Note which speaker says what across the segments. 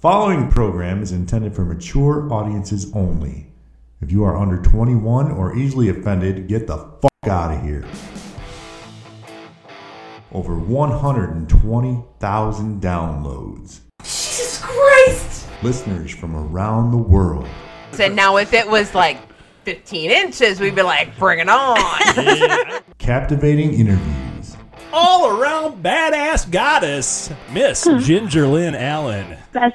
Speaker 1: Following program is intended for mature audiences only. If you are under 21 or easily offended, get the fuck out of here. Over 120,000 downloads.
Speaker 2: Jesus Christ!
Speaker 1: Listeners from around the world.
Speaker 2: And now if it was like 15 inches, we'd be like, bring it on.
Speaker 1: Captivating interviews.
Speaker 3: all around badass goddess, Miss Ginger Lynn Allen.
Speaker 4: best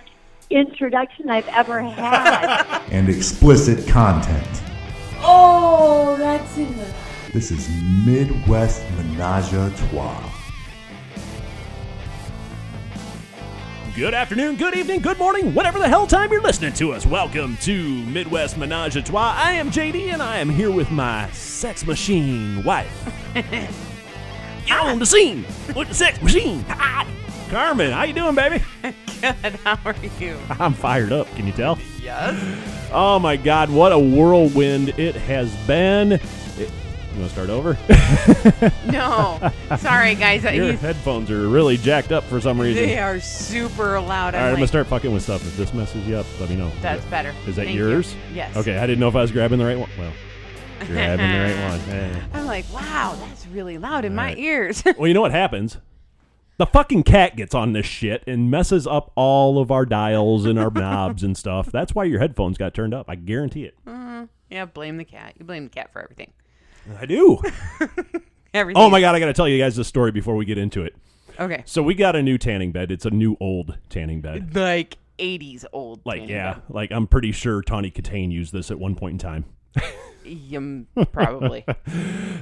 Speaker 4: introduction I've ever had.
Speaker 1: and explicit content.
Speaker 5: Oh, that's it.
Speaker 1: This is Midwest Menage a Trois.
Speaker 3: Good afternoon, good evening, good morning, whatever the hell time you're listening to us. Welcome to Midwest Menage a Trois. I am JD and I am here with my sex machine wife. You're on the scene with the sex machine. Hi. Carmen, how you doing, baby?
Speaker 2: Good, how are you?
Speaker 3: I'm fired up, can you tell?
Speaker 2: Yes.
Speaker 3: Oh my god, what a whirlwind it has been. It, you want to start over?
Speaker 2: No. Sorry, guys.
Speaker 3: Your
Speaker 2: You,
Speaker 3: headphones are really jacked up for some reason.
Speaker 2: they are super loud.
Speaker 3: All
Speaker 2: I'm
Speaker 3: right, I'm gonna
Speaker 2: like,
Speaker 3: start fucking with stuff. If this messes you up, let me know.
Speaker 2: That's
Speaker 3: Is
Speaker 2: better.
Speaker 3: that- Is that
Speaker 2: Thank you.
Speaker 3: yours?
Speaker 2: Yes.
Speaker 3: Okay, I didn't know if I was grabbing the right one. Well, grabbing the right one. Hey.
Speaker 2: I'm like, wow, that's really loud in my
Speaker 3: right.
Speaker 2: ears.
Speaker 3: Well, you know what happens? The fucking cat gets on this shit and messes up all of our dials and our knobs and stuff. That's why your headphones got turned up. I guarantee it.
Speaker 2: yeah, blame the cat. You blame the cat for everything.
Speaker 3: I do.
Speaker 2: Everything.
Speaker 3: Oh my god, I gotta tell you guys this story before we get into it.
Speaker 2: Okay.
Speaker 3: So we got a new tanning bed. It's a new old tanning bed.
Speaker 2: Like 80s old.
Speaker 3: Like
Speaker 2: man.
Speaker 3: yeah, like I'm pretty sure Tawny Catane used this at one point in time.
Speaker 2: Yum, probably.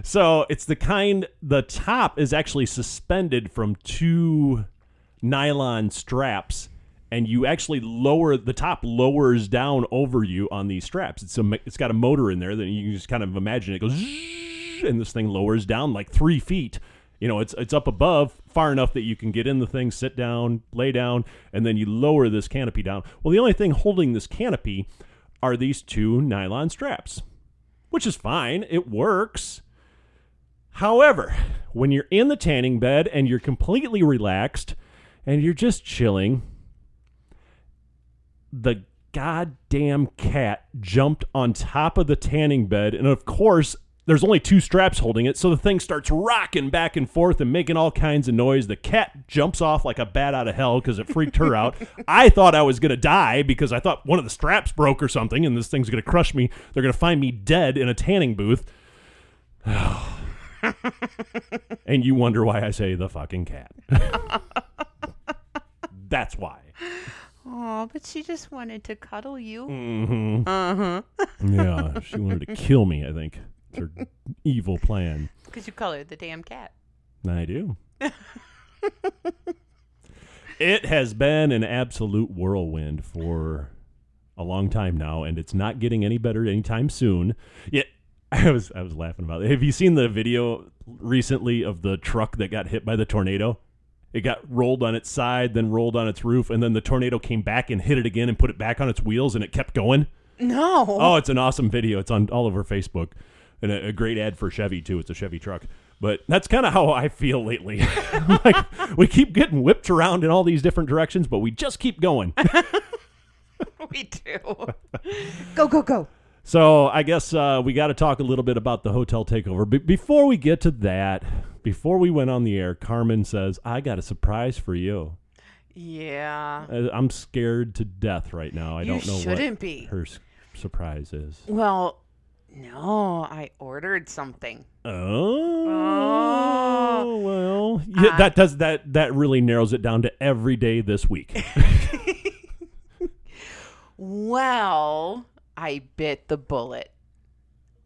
Speaker 3: So it's the kind the top is actually suspended from two nylon straps, and you actually lower the top lowers down over you on these straps. It's a me- it's got a motor in there that you can just kind of imagine it goes, zzzz, and this thing lowers down like three feet. You know, it's it's up above far enough that you can get in the thing, sit down, lay down, and then you lower this canopy down. Well, the only thing holding this canopy are these two nylon straps which is fine. It works. However, when you're in the tanning bed and you're completely relaxed and you're just chilling, the goddamn cat jumped on top of the tanning bed. And of course, there's only two straps holding it. So the thing starts rocking back and forth and making all kinds of noise. The cat jumps off like a bat out of hell because it freaked her out. I thought I was going to die because I thought one of the straps broke or something and this thing's going to crush me. They're going to find me dead in a tanning booth. and you wonder why I say the fucking cat. That's why.
Speaker 2: oh, but she just wanted to cuddle you.
Speaker 3: Yeah, she wanted to kill me, I think. It's her evil plan.
Speaker 2: Because you colored the damn cat.
Speaker 3: I do. it has been an absolute whirlwind for a long time now, and it's not getting any better anytime soon. Yet I was I was laughing about it. Have you seen the video recently of the truck that got hit by the tornado? It got rolled on its side, then rolled on its roof, and then the tornado came back and hit it again and put it back on its wheels, and it kept going.
Speaker 2: No.
Speaker 3: Oh, it's an awesome video. It's on all over Facebook, and a, a great ad for Chevy too. It's a Chevy truck, but that's kind of how I feel lately. like we keep getting whipped around in all these different directions, but we just keep going.
Speaker 2: We do. go, go, go.
Speaker 3: so I guess uh, we got to talk a little bit about the hotel takeover. But before we get to that, before we went on the air, Carmen says I got a surprise for you.
Speaker 2: Yeah.
Speaker 3: Uh, I'm scared to death right now. I
Speaker 2: You
Speaker 3: don't know
Speaker 2: shouldn't
Speaker 3: what
Speaker 2: be.
Speaker 3: her s- surprise is.
Speaker 2: Well, no, I ordered something.
Speaker 3: Oh,
Speaker 2: Oh.
Speaker 3: well, yeah,
Speaker 2: I-
Speaker 3: that does that. That really narrows it down to every day this week.
Speaker 2: Well, I bit the bullet.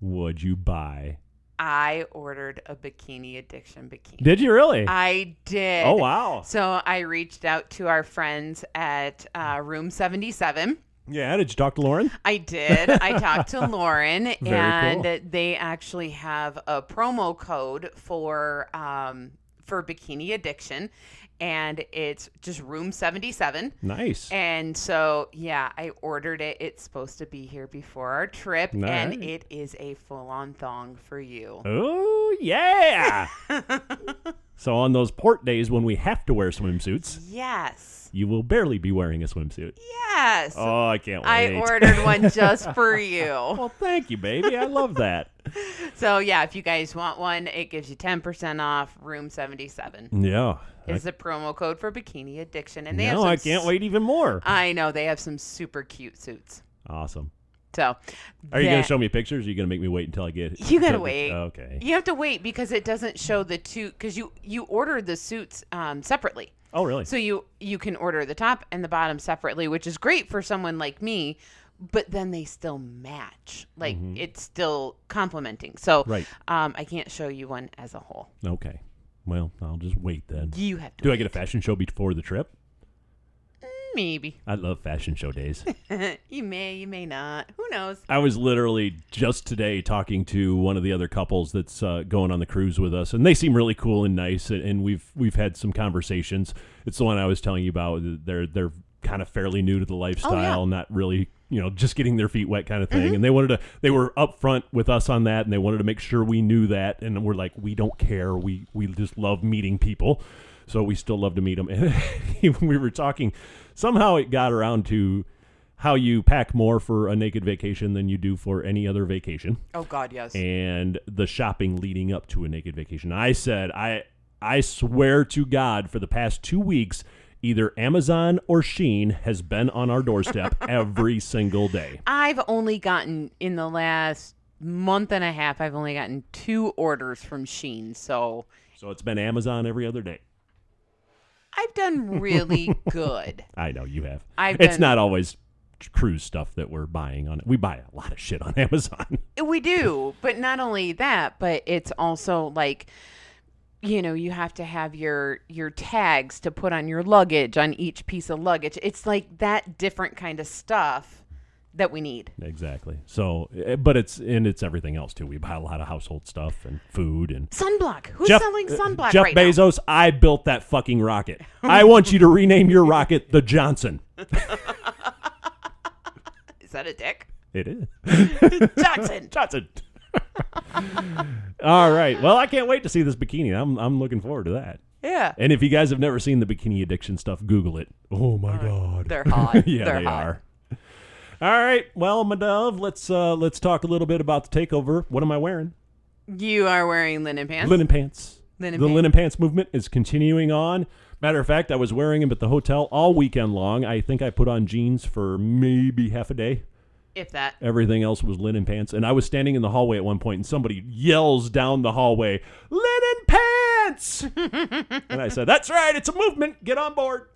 Speaker 3: Would you buy?
Speaker 2: I ordered a bikini addiction bikini.
Speaker 3: Did you really?
Speaker 2: I did.
Speaker 3: oh wow.
Speaker 2: So I reached out to our friends at uh, Room 77.
Speaker 3: Yeah. Did you talk to Lauren?
Speaker 2: I did. I talked to Lauren,
Speaker 3: cool.
Speaker 2: and they actually have a promo code for um, for bikini addiction, and it's just room seventy seven.
Speaker 3: Nice.
Speaker 2: And so, yeah, I ordered it. It's supposed to be here before our trip,
Speaker 3: Nice.
Speaker 2: and it is a full on thong for you.
Speaker 3: oh yeah. so on those port days when we have to wear swimsuits,
Speaker 2: Yes.
Speaker 3: you will barely be wearing a swimsuit.
Speaker 2: Yes.
Speaker 3: Oh, I can't
Speaker 2: I
Speaker 3: wait.
Speaker 2: ordered one just for you.
Speaker 3: Well, thank you, baby. I love that.
Speaker 2: So yeah, if you guys want one, it gives you 10% off room 77.
Speaker 3: Yeah.
Speaker 2: Is the promo code for Bikini Addiction and they have
Speaker 3: no,
Speaker 2: some
Speaker 3: I can't
Speaker 2: s- uh,
Speaker 3: wait even more.
Speaker 2: I know they have some super cute suits.
Speaker 3: Awesome.
Speaker 2: So
Speaker 3: Are you going
Speaker 2: that-
Speaker 3: to show me pictures? Or are you going to make me wait until I get
Speaker 2: You gotta
Speaker 3: until-
Speaker 2: wait.
Speaker 3: Okay.
Speaker 2: You have to wait because it doesn't show the two because you you order the suits um, separately.
Speaker 3: Oh, really?
Speaker 2: So you you can order the top and the bottom separately, which is great for someone like me. But then they still match, like it's still complementing. So
Speaker 3: Mm-hmm. Right.
Speaker 2: um, I can't show you one as a whole.
Speaker 3: okay. Well, I'll just wait then.
Speaker 2: You have to.
Speaker 3: Do I get a fashion show before the trip?
Speaker 2: Maybe
Speaker 3: I love fashion show days.
Speaker 2: you may, you may not. Who knows?
Speaker 3: I was literally just today talking to one of the other couples that's uh, going on the cruise with us, and they seem really cool and nice, and, and we've we've had some conversations. It's the one I was telling you about. They're they're kind of fairly new
Speaker 2: Oh,
Speaker 3: to the lifestyle, not really you know just getting their feet wet kind of thing. And they wanted to they were upfront with us on that, and they wanted to make sure we knew that. And we're like, we don't care. We we just love meeting people. So we still love to meet them. And when we were talking, somehow it got around to how you pack more for a naked vacation than you do for any other vacation
Speaker 2: Oh God, yes.
Speaker 3: and the shopping leading up to a naked vacation. I said, I I swear to God, for the past two weeks, either Amazon or Sheen has been on our doorstep every single day.
Speaker 2: I've only gotten in the last month and a half. I've only gotten two orders from Sheen, so
Speaker 3: So it's been Amazon every other day.
Speaker 2: I've done really good.
Speaker 3: I know you have.
Speaker 2: I've
Speaker 3: it's
Speaker 2: been-
Speaker 3: not always cruise stuff that we're buying on it. We buy a lot of shit on Amazon.
Speaker 2: We do, but not only that, but it's also like you know, you have to have your your tags to put on your luggage on each piece of luggage. It's like that different kind of stuff that we need.
Speaker 3: exactly. So, eh, but it's and it's everything else too. We buy a lot of household stuff and food and
Speaker 2: Sunblock. Who's selling sunblock
Speaker 3: Jeff
Speaker 2: right now?
Speaker 3: Bezos, I built that fucking rocket. I want you to rename your rocket the Johnson.
Speaker 2: Is that a dick?
Speaker 3: It is.
Speaker 2: Jackson.
Speaker 3: Johnson. All right. Well, I can't wait to see this bikini. I'm I'm looking forward to that.
Speaker 2: Yeah.
Speaker 3: And if you guys have never seen the bikini addiction stuff, Google it. Oh my god.
Speaker 2: They're hot.
Speaker 3: yeah,
Speaker 2: They're
Speaker 3: they
Speaker 2: hot.
Speaker 3: are. All right. Well, my dove, let's uh let's talk a little bit about the takeover. What am I wearing?
Speaker 2: You are wearing linen pants.
Speaker 3: Linen pants.
Speaker 2: Linen
Speaker 3: the
Speaker 2: pants.
Speaker 3: linen pants movement is continuing on. Matter of fact, I was wearing them at the hotel all weekend long. I think I put on jeans for maybe half a day.
Speaker 2: If that.
Speaker 3: Everything else was linen pants. And I was standing in the hallway at one point, and somebody yells down the hallway, Linen pants! and I said, That's right, it's a movement. Get on board.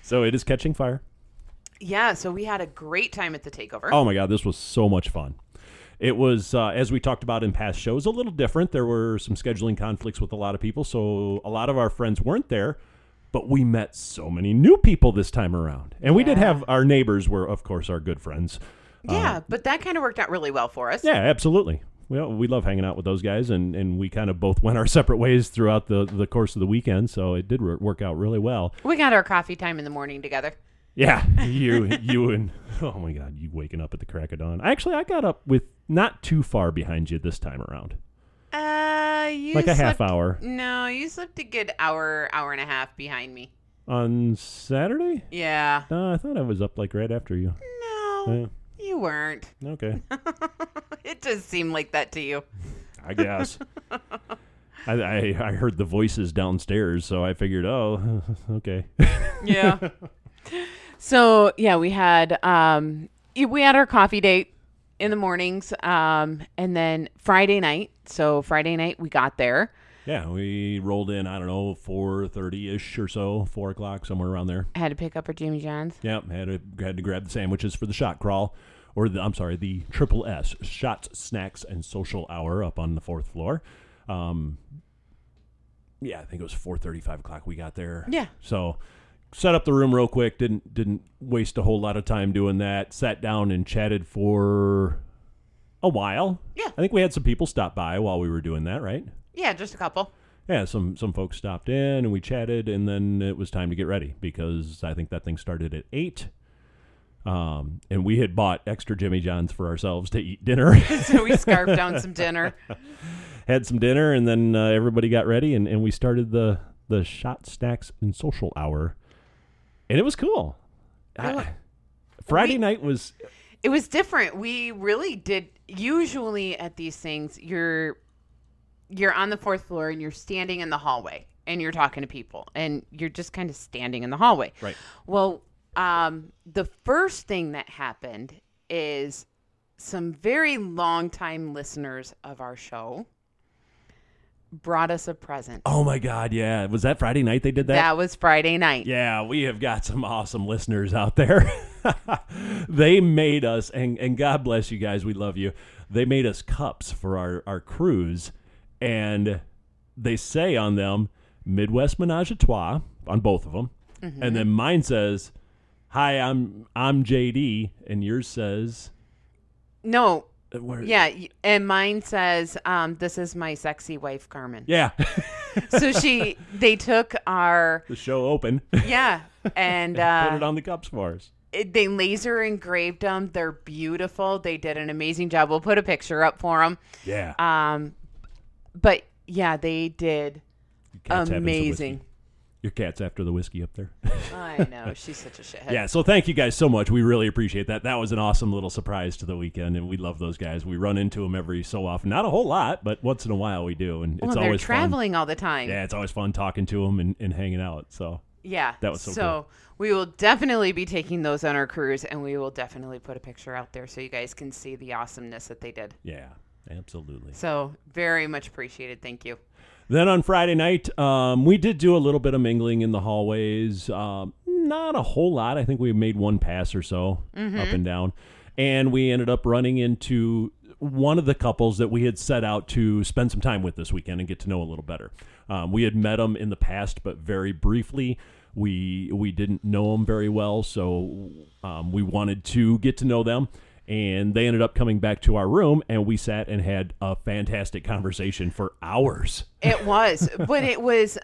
Speaker 3: so it is catching fire.
Speaker 2: Yeah, so we had a great time at the takeover.
Speaker 3: Oh my god, this was so much fun. It was, uh, as we talked about in past shows, a little different. There were some scheduling conflicts with a lot of people, so a lot of our friends weren't there. But we met so many new people this time around, and we did have our neighbors were, of course, our good friends.
Speaker 2: yeah, but that kind of worked out really well for us.
Speaker 3: Yeah, absolutely. Well, we love hanging out with those guys, and, and we kind of both went our separate ways throughout the, the course of the weekend, so it did wor- work out really well.
Speaker 2: We got our coffee time in the morning together.
Speaker 3: Yeah, you, you, and oh my God, you waking up at the crack of dawn. Actually, I got up with not too far behind you this time around,
Speaker 2: Uh, you
Speaker 3: like a half
Speaker 2: slept-
Speaker 3: hour
Speaker 2: No, you slept a good hour, hour and a half behind me.
Speaker 3: on Saturday.
Speaker 2: Yeah.
Speaker 3: No, I thought I was up like right after you.
Speaker 2: No, you weren't.
Speaker 3: Yeah, okay,
Speaker 2: It just seemed like that to you.
Speaker 3: I guess. I, I I heard the voices downstairs, so I figured, oh, okay.
Speaker 2: Yeah. so yeah, we had um, y- we had our coffee date in the mornings, um, and then Friday night. So Friday night we got there.
Speaker 3: Yeah, we rolled in. I don't know, four thirty ish or so, four o'clock somewhere around there.
Speaker 2: I had to pick up our Jimmy John's.
Speaker 3: Yep, had to had to grab the sandwiches for the shot crawl, or the, I'm sorry, the triple S shots, snacks, and social hour up on the fourth floor. Um, yeah, I think it was four thirty, five o'clock. We got there.
Speaker 2: Yeah.
Speaker 3: So set up the room real quick. Didn't didn't waste a whole lot of time doing that. Sat down and chatted for a while.
Speaker 2: Yeah.
Speaker 3: I think we had some people stop by while we were doing that. Right.
Speaker 2: Yeah, just a couple.
Speaker 3: Yeah, some some folks stopped in and we chatted, and then it was time to get ready because I think that thing started at eight. Um, and we had bought extra Jimmy John's for ourselves to eat dinner.
Speaker 2: So we scarfed down some dinner.
Speaker 3: had some dinner, and then uh, everybody got ready, and, and we started the the Shot Stacks and Social Hour, and it was cool. I-
Speaker 2: Really?
Speaker 3: Friday
Speaker 2: We-
Speaker 3: night was
Speaker 2: It was different. We really did usually at these things you're you're on the fourth floor and you're standing in the hallway and you're talking to people and you're just kind of standing in the hallway.
Speaker 3: Right.
Speaker 2: Well, um the first thing that happened is some very long time listeners of our show brought us a present.
Speaker 3: oh my god, yeah. Was that Friday night they did that?
Speaker 2: That was Friday night.
Speaker 3: Yeah, we have got some awesome listeners out there. they made us, and, and God bless you guys. We love you. They made us cups for our, our cruise, and they say on them Midwest Menage a Trois on both of them,
Speaker 2: Mm-hmm.
Speaker 3: and then mine says, "Hi, I'm I'm JD," and yours says,
Speaker 2: No.
Speaker 3: uh, where-
Speaker 2: Yeah, y- and mine says um this is my sexy wife Carmen.
Speaker 3: yeah."
Speaker 2: so she they took our
Speaker 3: the show open.
Speaker 2: yeah and
Speaker 3: Put
Speaker 2: uh
Speaker 3: it on the cups for us.
Speaker 2: it- they laser engraved them they're beautiful they did an amazing job we'll put a picture up for them
Speaker 3: Yeah,
Speaker 2: um but yeah they did
Speaker 3: Your cat's having some whiskey.
Speaker 2: amazing
Speaker 3: Your cat's after the whiskey up there.
Speaker 2: i know she's such a shithead
Speaker 3: Yeah, so thank you guys so much. We really appreciate that. That was an awesome little surprise to the weekend, and we love those guys. We run into them every so often. Not a whole lot, but once in a while we do, and it's
Speaker 2: well Oh, they're
Speaker 3: always
Speaker 2: traveling all the time
Speaker 3: Fun. Yeah, it's always fun talking to them and, and hanging out. So
Speaker 2: Yeah,
Speaker 3: That was so
Speaker 2: we will definitely be taking those on our cruise and we will definitely put a picture out there so you guys can see the awesomeness that they did
Speaker 3: yeah, absolutely.
Speaker 2: so very much appreciated thank you
Speaker 3: Then on Friday night, um, we did do a little bit of mingling in the hallways. Um, not a whole lot. I think we made one pass or so up and down. And we ended up running into one of the couples that we had set out to spend some time with this weekend and get to know a little better. Um, we had met them in the past, but very briefly. We we didn't know them very well, so um, we wanted to get to know them. And they ended up coming back to our room, and we sat and had a fantastic conversation for hours.
Speaker 2: It was, but it was.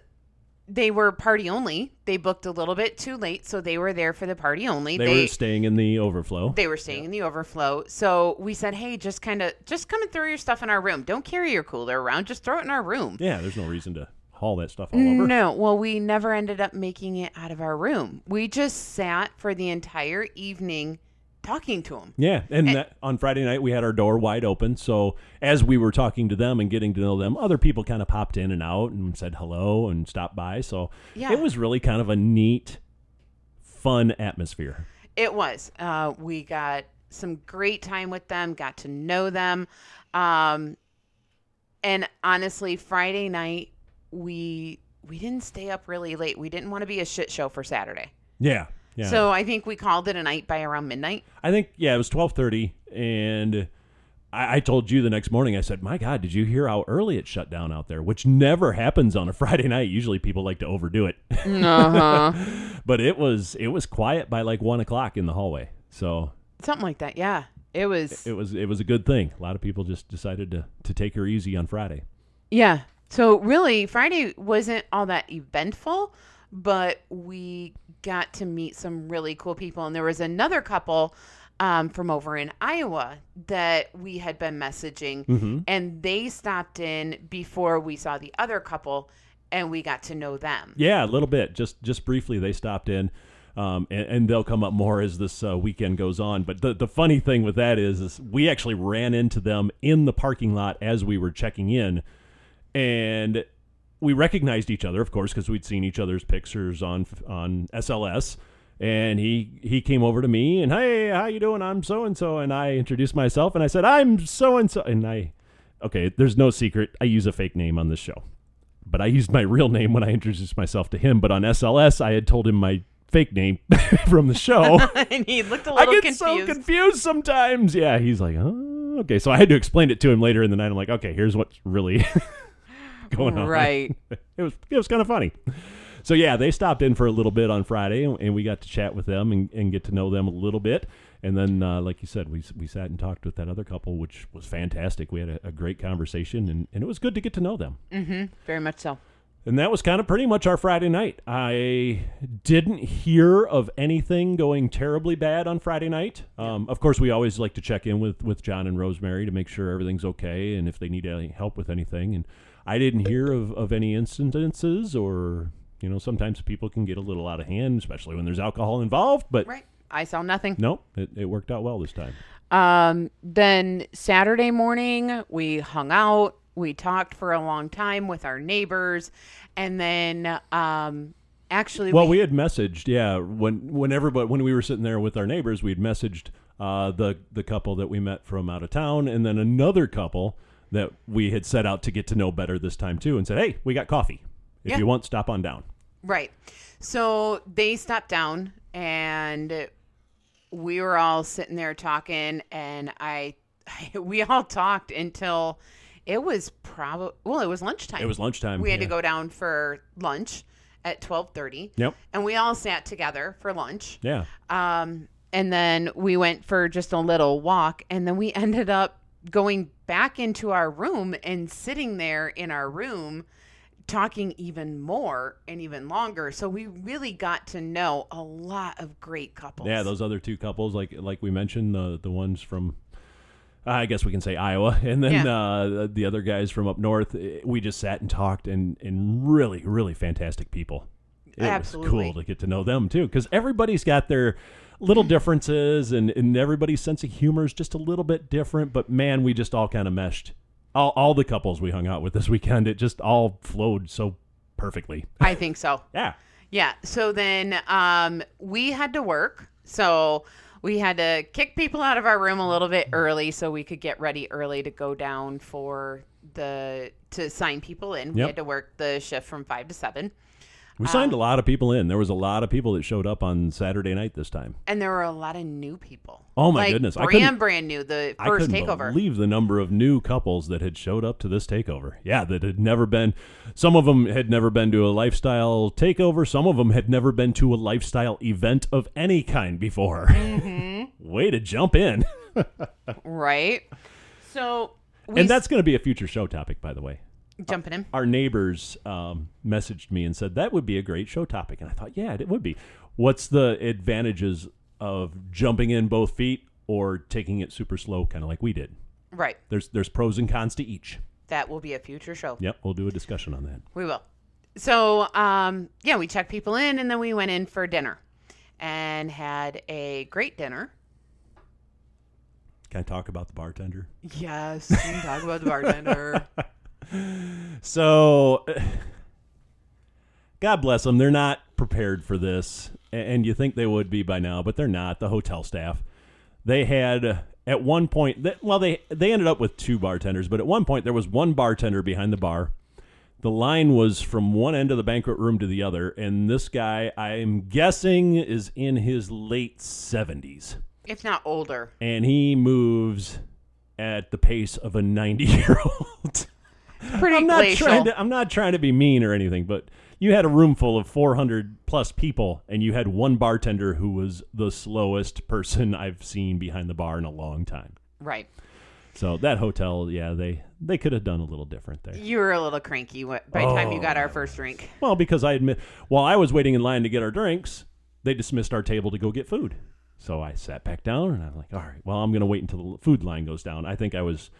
Speaker 2: They were party only. They booked a little bit too late, so they were there for the party only.
Speaker 3: they,
Speaker 2: they,
Speaker 3: were staying in the overflow.
Speaker 2: they were staying in the overflow. So we said, "Hey, just kind of just come and throw your stuff in our room. Don't carry your cooler around. Just throw it in our room."
Speaker 3: yeah, there's no reason to haul that stuff all over.
Speaker 2: No, well, we never ended up making it out of our room. We just sat for the entire evening talking to them.
Speaker 3: Yeah, and that, on Friday night we had our door wide open. So as we were talking to them and getting to know them, other people kind of popped in and out and said hello and stopped by. So
Speaker 2: Yeah.
Speaker 3: it was really kind of a neat, fun atmosphere.
Speaker 2: It was. Uh, we got some great time with them, got to know them. Um, and honestly, Friday night, we we didn't stay up really late. We didn't want to be a shit show for Saturday.
Speaker 3: Yeah, yeah.
Speaker 2: So I think we called it a night by around midnight.
Speaker 3: I think yeah, it was twelve thirty, and I, I told you the next morning. I said, "My God, did you hear how early it shut down out there?" Which never happens on a Friday night. Usually, people like to overdo it. Uh-huh. but it was it was quiet by like one o'clock in the hallway. So
Speaker 2: Something like that. Yeah. It was.
Speaker 3: it was it was a good thing. A lot of people just decided to to take her easy on Friday.
Speaker 2: Yeah. So really, Friday wasn't all that eventful, but we got to meet some really cool people. And there was another couple um, from over in Iowa that we had been messaging,
Speaker 3: Mm-hmm.
Speaker 2: and they stopped in before we saw the other couple, and we got to know them.
Speaker 3: Yeah, a little bit. Just just briefly, they stopped in, um, and, and they'll come up more as this uh, weekend goes on. But the the funny thing with that is, is we actually ran into them in the parking lot as we were checking in, and we recognized each other, of course, because we'd seen each other's pictures on on SLS. And he he came over to me and hey, how you doing? I'm so and so, and I introduced myself and I said I'm so and so, and I, okay, there's no secret. I use a fake name on this show but I used my real name when I introduced myself to him. But on SLS, I had told him my fake name from the show.
Speaker 2: and he looked a
Speaker 3: I
Speaker 2: little
Speaker 3: get
Speaker 2: confused.
Speaker 3: so confused sometimes. Yeah, he's like, oh, okay. So I had to explain it to him later in the night. I'm like, okay, here's what's really going on.
Speaker 2: Right.
Speaker 3: It was it was kind of funny. So yeah, they stopped in for a little bit on Friday, and, and we got to chat with them and, and get to know them a little bit. And then, uh, like you said, we s- we sat and talked with that other couple, which was fantastic. We had a, a great conversation, and, and it was good to get to know them.
Speaker 2: Very much so.
Speaker 3: And that was kind of pretty much our Friday night. I didn't hear of anything going terribly bad on Friday night. Um, of course, we always like to check in with, with John and Rosemary to make sure everything's okay and if they need any help with anything. And I didn't hear of, of any incidences or, you know, sometimes people can get a little out of hand, especially when there's alcohol involved, but
Speaker 2: Right. I saw nothing.
Speaker 3: no, it, it worked out well this time.
Speaker 2: Um, then Saturday morning, we hung out. We talked for a long time with our neighbors. And then um, actually,
Speaker 3: Well, we had messaged, yeah, when when everybody when we were sitting there with our neighbors, we had messaged uh, the the couple that we met from out of town, and then another couple that we had set out to get to know better this time too, and said, "Hey, we got coffee. If
Speaker 2: Yeah.
Speaker 3: you want, stop on down."
Speaker 2: Right. So they stopped down and we were all sitting there talking and I we all talked until it was probably well it was lunchtime.
Speaker 3: It was lunchtime,
Speaker 2: We had
Speaker 3: yeah.
Speaker 2: to go down for lunch at 12:30.
Speaker 3: Yep.
Speaker 2: And we all sat together for lunch.
Speaker 3: Yeah,
Speaker 2: Um, and then we went for just a little walk, and then we ended up going back into our room and sitting there in our room talking even more and even longer. So we really got to know a lot of great couples.
Speaker 3: yeah. Those other two couples, like like we mentioned, the the ones from. I guess we can say Iowa, and then
Speaker 2: Yeah.
Speaker 3: uh, the other guys from up north. eh, We just sat and talked, and and really, really fantastic people. it was
Speaker 2: Absolutely.
Speaker 3: cool to get to know them too because everybody's got their little differences and, and everybody's sense of humor is just a little bit different but man we just all kind of meshed all, all the couples we hung out with this weekend it just all flowed so perfectly
Speaker 2: I think so.
Speaker 3: yeah
Speaker 2: Yeah. So then um, we had to work. So we had to kick people out of our room a little bit early so we could get ready early to go down for the to sign people in. We
Speaker 3: Yep.
Speaker 2: had to work the shift from five to seven.
Speaker 3: we signed a
Speaker 2: Um,
Speaker 3: lot of people in there was a lot of people that showed up on saturday night this time
Speaker 2: And there were a lot of new people.
Speaker 3: Oh my
Speaker 2: Like,
Speaker 3: goodness, I couldn't-
Speaker 2: Brand brand new, the
Speaker 3: I
Speaker 2: first
Speaker 3: couldn't
Speaker 2: takeover.
Speaker 3: believe the number of new couples that had showed up to this takeover. Yeah, that had never been. Some of them had never been to a lifestyle takeover. Some of them had never been to a lifestyle event of any kind before.
Speaker 2: Mm-hmm.
Speaker 3: Way to jump in!
Speaker 2: right. So we
Speaker 3: and that's going to be a future show topic, by the way.
Speaker 2: jumping in.
Speaker 3: Our neighbors um, messaged me and said that would be a great show topic, and I thought, yeah, it would be. What's the advantages of jumping in both feet or taking it super slow, kind of like we did?
Speaker 2: Right.
Speaker 3: There's there's pros and cons to each.
Speaker 2: That will be a future show.
Speaker 3: Yep, we'll do a discussion on that.
Speaker 2: We will. So, um, yeah, we checked people in and then we went in for dinner and had a great dinner.
Speaker 3: Can I talk about the bartender?
Speaker 2: Yes, we can talk about the bartender.
Speaker 3: So, God bless them. They're not prepared for this, a- and you think they would be by now, but they're not. The hotel staff, they had uh, at one point. th- Well, they they ended up with two bartenders, but at one point there was one bartender behind the bar. The line was from one end of the banquet room to the other, and this guy, I'm guessing, is in his late seventies.
Speaker 2: if not older.
Speaker 3: and he moves at the pace of a 90 year old.
Speaker 2: Pretty
Speaker 3: I'm not
Speaker 2: glacial.
Speaker 3: trying to I'm not trying to be mean or anything, but you had a room full of 400 plus people and you had one bartender who was the slowest person I've seen behind the bar in a long time.
Speaker 2: Right.
Speaker 3: So that hotel, yeah, they they could have done a little different there.
Speaker 2: You were a little cranky wh- by the time you got
Speaker 3: Oh.
Speaker 2: our first drink.
Speaker 3: Well, because I admit while I was waiting in line to get our drinks, they dismissed our table to go get food. So I sat back down and I'm like, all right, well, I'm going to wait until the food line goes down. I think I was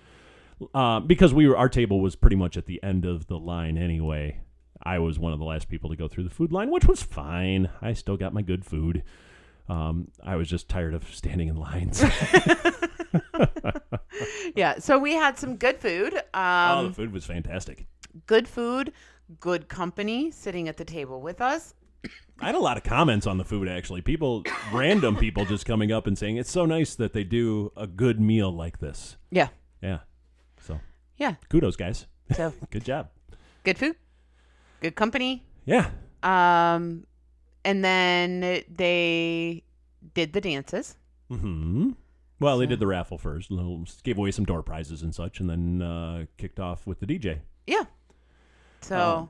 Speaker 3: uh, because we were our table was pretty much at the end of the line anyway. I was one of the last people to go through the food line, which was fine. I still got my good food. Um, I was just tired of standing in lines.
Speaker 2: Yeah. So we had some good food.
Speaker 3: oh, the
Speaker 2: Um,
Speaker 3: food was fantastic.
Speaker 2: good food, good company sitting at the table with us.
Speaker 3: I had a lot of comments on the food actually. People, random people, just coming up and saying it's so nice that they do a good meal like this.
Speaker 2: Yeah.
Speaker 3: Yeah. So
Speaker 2: Yeah.
Speaker 3: kudos, guys.
Speaker 2: So
Speaker 3: Good job.
Speaker 2: good food, good company.
Speaker 3: Yeah.
Speaker 2: Um, and then they did the dances.
Speaker 3: Hmm. Well, they did the raffle first, little- gave away some door prizes and such, and then uh, kicked off with the DJ.
Speaker 2: Yeah. So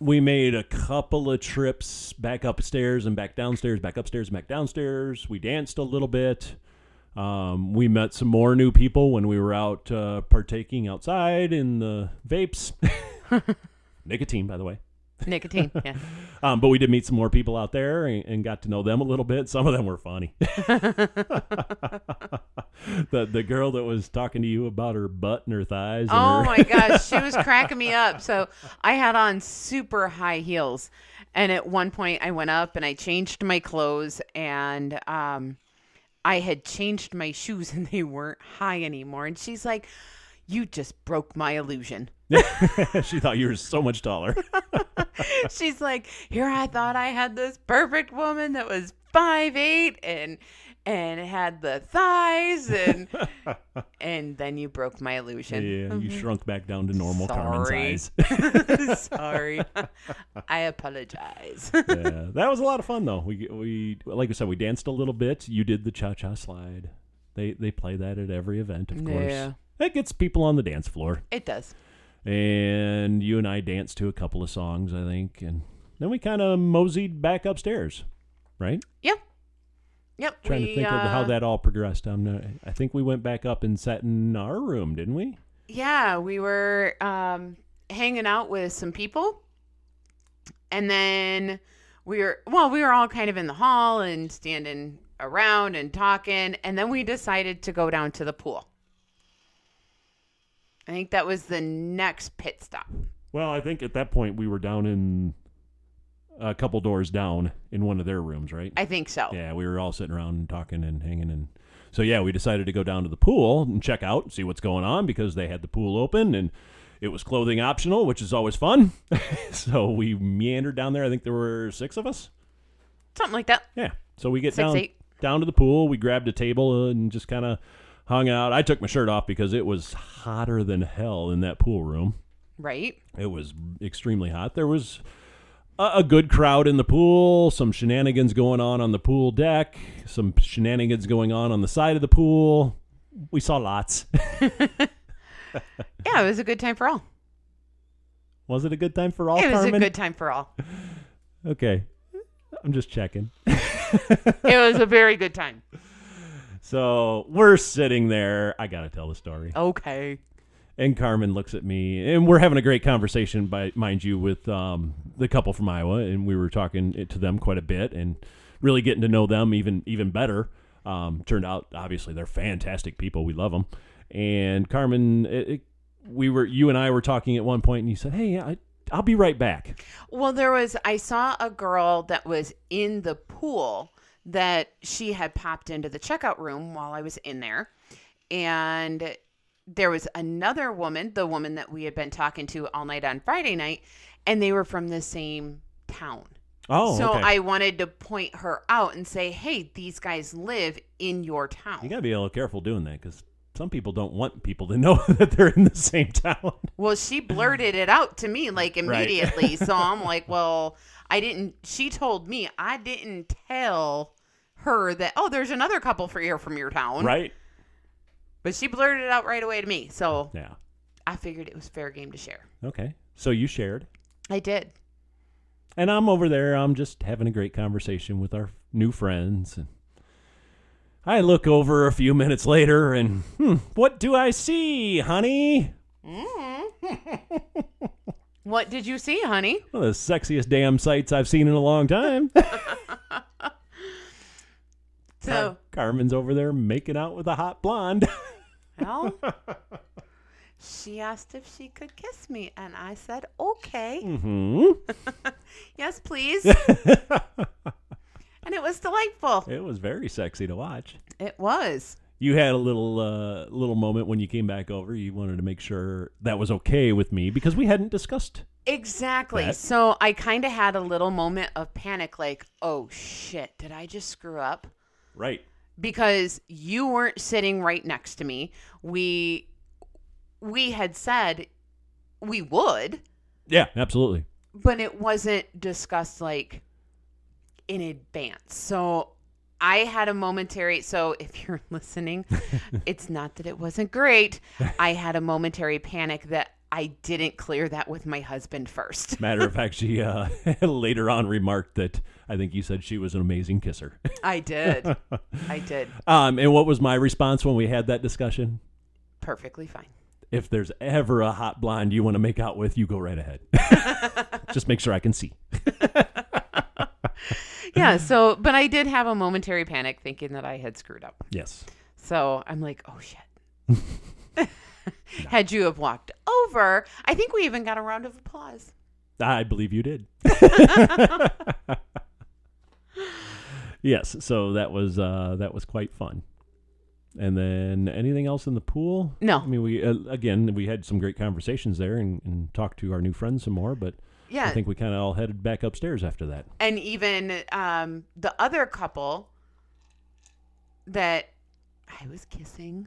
Speaker 3: We made a couple of trips back upstairs and back downstairs, back upstairs and back downstairs. We danced a little bit. Um, we met some more new people when we were out uh, partaking outside in the vapes. Nicotine, by the way.
Speaker 2: nicotine. Yeah.
Speaker 3: Um, but we did meet some more people out there and, and got to know them a little bit. Some of them were funny. the the girl that was talking to you about her butt and her thighs. And
Speaker 2: Oh
Speaker 3: her,
Speaker 2: my gosh, she was cracking me up. So I had on super high heels, and at one point I went up and I changed my clothes, and um, I had changed my shoes and they weren't high anymore. And she's like, "You just broke my illusion."
Speaker 3: she thought you were so much taller.
Speaker 2: She's like, here I thought I had this perfect woman that was five eight and and had the thighs and and then you broke my
Speaker 3: yeah,
Speaker 2: illusion.
Speaker 3: you shrunk back down to normal Carmen
Speaker 2: Mm-hmm. Sorry.
Speaker 3: size.
Speaker 2: Sorry. I apologize.
Speaker 3: yeah, that was a lot of fun though. We we like I said, we danced a little bit. You did the cha cha slide. They they play that at every event, of course.
Speaker 2: Yeah.
Speaker 3: That gets people on the dance floor.
Speaker 2: it does.
Speaker 3: And you and I danced to a couple of songs, I think, and then we kind of moseyed back upstairs, right?
Speaker 2: Yeah. Yep.
Speaker 3: Trying
Speaker 2: we,
Speaker 3: to think of how
Speaker 2: uh,
Speaker 3: that all progressed. I'm not, I think we went back up and sat in our room, didn't we?
Speaker 2: Yeah, we were um, hanging out with some people, and then we were well, we were all kind of in the hall and standing around and talking, and then we decided to go down to the pool. I think that was the next pit stop.
Speaker 3: Well, I think at that point we were down in a couple doors down in one of their rooms, right?
Speaker 2: I think so.
Speaker 3: Yeah, we were all sitting around and talking and hanging and so yeah, we decided to go down to the pool and check out and see what's going on because they had the pool open and it was clothing optional, which is always fun. so we meandered down there. I think there were six of us.
Speaker 2: Something like that.
Speaker 3: Yeah. So we get
Speaker 2: Six,
Speaker 3: down
Speaker 2: eight.
Speaker 3: down to the pool. We grabbed a table and just kind of hung out. I took my shirt off because it was hotter than hell in that pool room.
Speaker 2: Right?
Speaker 3: It was extremely hot. There was a, a good crowd in the pool, some shenanigans going on on the pool deck, some shenanigans going on on the side of the pool. We saw lots.
Speaker 2: Yeah, it was a good time for all.
Speaker 3: was it a good time for all,
Speaker 2: it was
Speaker 3: Carmen?
Speaker 2: a good time for all.
Speaker 3: okay. I'm just checking.
Speaker 2: it was a very good time.
Speaker 3: So we're sitting there. I got to tell the story.
Speaker 2: Okay.
Speaker 3: And Carmen looks at me, and we're having a great conversation, by mind you, with um, the couple from Iowa, and we were talking it to them quite a bit, and really getting to know them even even better. Um, turned out, obviously, they're fantastic people. We love them. And Carmen, it, it, we were you and I were talking at one point, and you said, "Hey, I, I'll be right back."
Speaker 2: Well, there was, I saw a girl that was in the pool that she had popped into the checkout room while I was in there. And there was another woman, the woman that we had been talking to all night on Friday night, and they were from the same town.
Speaker 3: Oh,
Speaker 2: so
Speaker 3: okay.
Speaker 2: I wanted to point her out and say, hey, these guys live in your town.
Speaker 3: you gotta be a little careful doing that because some people don't want people to know that they're in the same town.
Speaker 2: Well, she blurted it out to me like
Speaker 3: Right.
Speaker 2: immediately. so I'm like, well, I didn't. She told me I didn't tell her that. Oh, there's another couple for here from your town,
Speaker 3: right?
Speaker 2: But she blurted it out right away to me. So
Speaker 3: Yeah.
Speaker 2: I figured it was fair game to share.
Speaker 3: Okay. So you shared.
Speaker 2: I did.
Speaker 3: and I'm over there. I'm just having a great conversation with our new friends. And I look over a few minutes later, and hmm, what do I see, honey?
Speaker 2: What did you see, honey?
Speaker 3: One of the sexiest damn sights I've seen in a long time.
Speaker 2: So
Speaker 3: Carmen's over there making out with a hot blonde.
Speaker 2: well, she asked if she could kiss me, and I said, okay,
Speaker 3: hmm
Speaker 2: yes, please. and it was delightful.
Speaker 3: It was very sexy to watch.
Speaker 2: It was.
Speaker 3: You had a little uh, little moment when you came back over. You wanted to make sure that was okay with me because we hadn't discussed.
Speaker 2: Exactly.
Speaker 3: That-
Speaker 2: So I kind of had a little moment of panic like, oh shit, did I just screw up?
Speaker 3: Right.
Speaker 2: Because you weren't sitting right next to me. We we had said we would,
Speaker 3: Yeah, absolutely.
Speaker 2: but it wasn't discussed like in advance. So I had a momentary so if you're listening, it's not that it wasn't great. I had a momentary panic that I didn't clear that with my husband first.
Speaker 3: Matter of fact, she uh, later on remarked that I think you said she was an amazing kisser.
Speaker 2: I did. I did.
Speaker 3: Um, and what was my response when we had that discussion?
Speaker 2: Perfectly fine.
Speaker 3: If there's ever a hot blonde you want to make out with, you go right ahead. Just make sure I can see.
Speaker 2: Yeah. So, but I did have a momentary panic thinking that I had screwed up.
Speaker 3: Yes.
Speaker 2: So I'm like, oh shit. Had you have walked over, I think we even got a round of applause.
Speaker 3: I believe you did. yes, so that was uh, that was quite fun. And then anything else in the pool?
Speaker 2: No.
Speaker 3: I mean, we uh, again we had some great conversations there and, and talked to our new friends some more. But
Speaker 2: Yeah.
Speaker 3: I think we kind of all headed back upstairs after that.
Speaker 2: and even um, the other couple that I was kissing,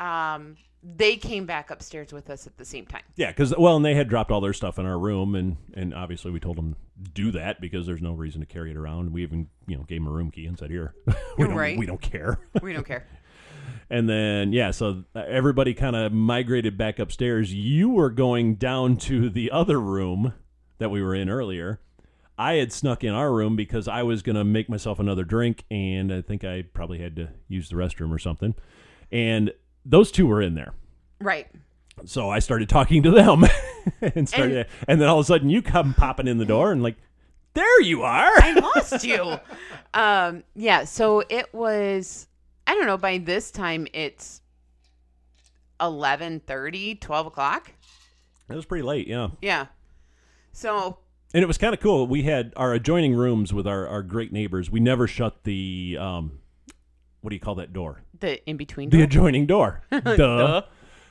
Speaker 2: um, they came back upstairs with us at the same time.
Speaker 3: Yeah, because well, and they had dropped all their stuff in our room, and and obviously we told them do that because there's no reason to carry it around. We even you know gave them a room key and said here, we don't
Speaker 2: Right.
Speaker 3: we don't care.
Speaker 2: We don't care.
Speaker 3: And then yeah, so uh, everybody kind of migrated back upstairs. You were going down to the other room that we were in earlier. I had snuck in our room because I was going to make myself another drink and I think I probably had to use the restroom or something. And those two were in there.
Speaker 2: Right.
Speaker 3: So I started talking to them and started and, then all of a sudden you come popping in the door and like there you are.
Speaker 2: I lost you. Um, yeah, so it was I don't know, by this time it's 11:30, 12 o'clock.
Speaker 3: It was pretty late, yeah.
Speaker 2: Yeah. So
Speaker 3: And it was kind of cool. We had our adjoining rooms with our, our great neighbors. We never shut the um, what do you call that door?
Speaker 2: the in between
Speaker 3: The adjoining door. Duh.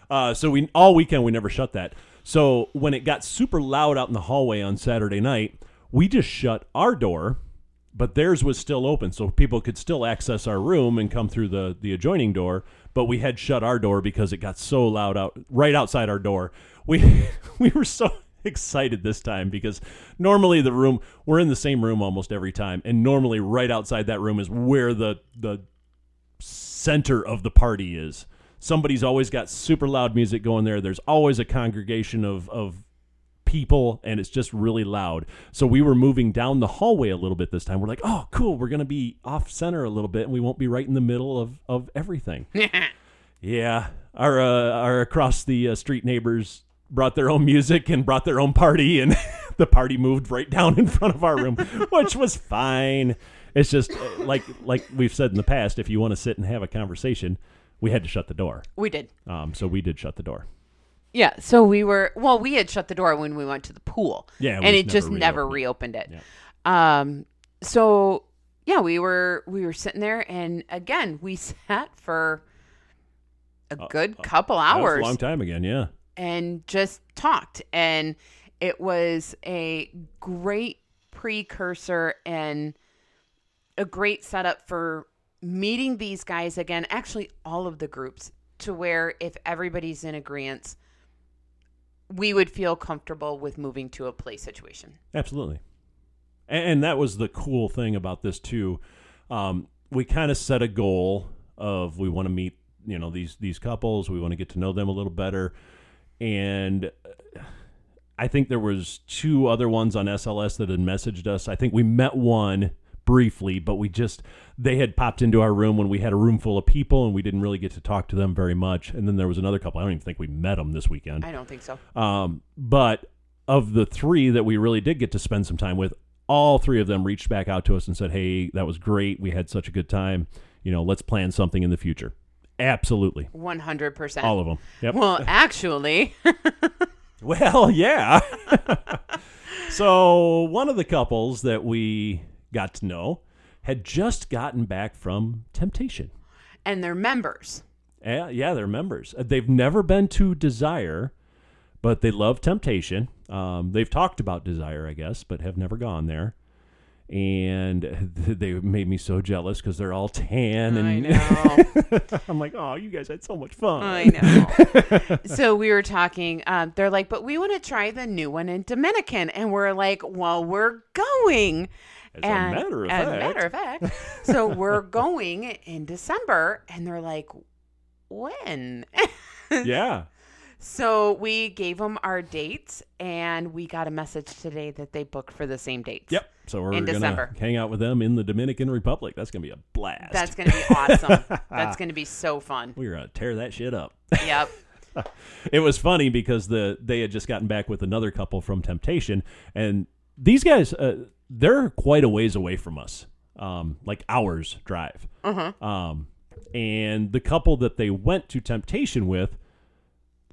Speaker 3: Uh, so we all weekend we never shut that. So when it got super loud out in the hallway on Saturday night, we just shut our door, but theirs was still open, so people could still access our room and come through the the adjoining door. But we had shut our door because it got so loud out right outside our door. We we were so excited this time because normally the room we're in the same room almost every time, and normally right outside that room is where the the center of the party is. Somebody's always got super loud music going there. There's always a congregation of of people and it's just really loud. So we were moving down the hallway a little bit this time. We're like, "Oh, cool. We're going to be off center a little bit and we won't be right in the middle of of everything." yeah. Our uh, our across the uh, street neighbors brought their own music and brought their own party and the party moved right down in front of our room, which was fine. It's just uh, like like we've said in the past, if you want to sit and have a conversation, we had to shut the door.
Speaker 2: we did.
Speaker 3: Um, so we did shut the door.
Speaker 2: Yeah, so we were well, we had shut the door when we went to the pool.
Speaker 3: Yeah, we
Speaker 2: and it
Speaker 3: just
Speaker 2: just
Speaker 3: never
Speaker 2: never reopened it. Um so yeah, we were we were sitting there and again, we sat for a good couple
Speaker 3: That was
Speaker 2: hours.
Speaker 3: a long time again, yeah.
Speaker 2: and just talked. And it was a great precursor and a great setup for meeting these guys again, actually, all of the groups, to where if everybody's in agreement, we would feel comfortable with moving to a play situation.
Speaker 3: Absolutely. A- And, that was the cool thing about this too. Um, we kind of set a goal of we want to meet, you know, these these couples. We want to get to know them a little better. And uh, I think there was two other ones on SLS that had messaged us. I think we met one briefly, but we just they had popped into our room when we had a room full of people and we didn't really get to talk to them very much. And then there was another couple. I don't even think we met them this weekend.
Speaker 2: I don't think so.
Speaker 3: Um, but of the three that we really did get to spend some time with, all three of them reached back out to us and said, "Hey, that was great. We had such a good time. You know, let's plan something in the future." Absolutely,
Speaker 2: 100%.
Speaker 3: all of them. Yep.
Speaker 2: Well, actually,
Speaker 3: Well, yeah. so one of the couples that we got to know had just gotten back from Temptation.
Speaker 2: and they're members.
Speaker 3: Yeah, yeah, they're members. Uh, They've never been to Desire, but they love Temptation. Um, they've talked about Desire, I guess, but have never gone there. And they made me so jealous because they're all tan,
Speaker 2: I
Speaker 3: and
Speaker 2: know.
Speaker 3: I'm like, "Oh, you guys had so much fun."
Speaker 2: I know. so we were talking. Um, they're like, but we want to try the new one in Dominican, and we're like, well, we're going.
Speaker 3: As a matter of
Speaker 2: as a
Speaker 3: fact.
Speaker 2: matter of fact, so we're going in December, and they're like, when?
Speaker 3: yeah,
Speaker 2: so we gave them our dates, and we got a message today that they booked for the same dates.
Speaker 3: yep. So we're
Speaker 2: In
Speaker 3: gonna
Speaker 2: December.
Speaker 3: hang out with them in the Dominican Republic. That's gonna be a blast.
Speaker 2: That's gonna be awesome. That's gonna be so fun.
Speaker 3: we're gonna tear that shit up.
Speaker 2: Yep.
Speaker 3: it was funny because the they had just gotten back with another couple from Temptation, and these guys uh,
Speaker 2: Uh-huh.
Speaker 3: they're quite a ways away from us, um, like hours drive. Um, And the couple that they went to Temptation with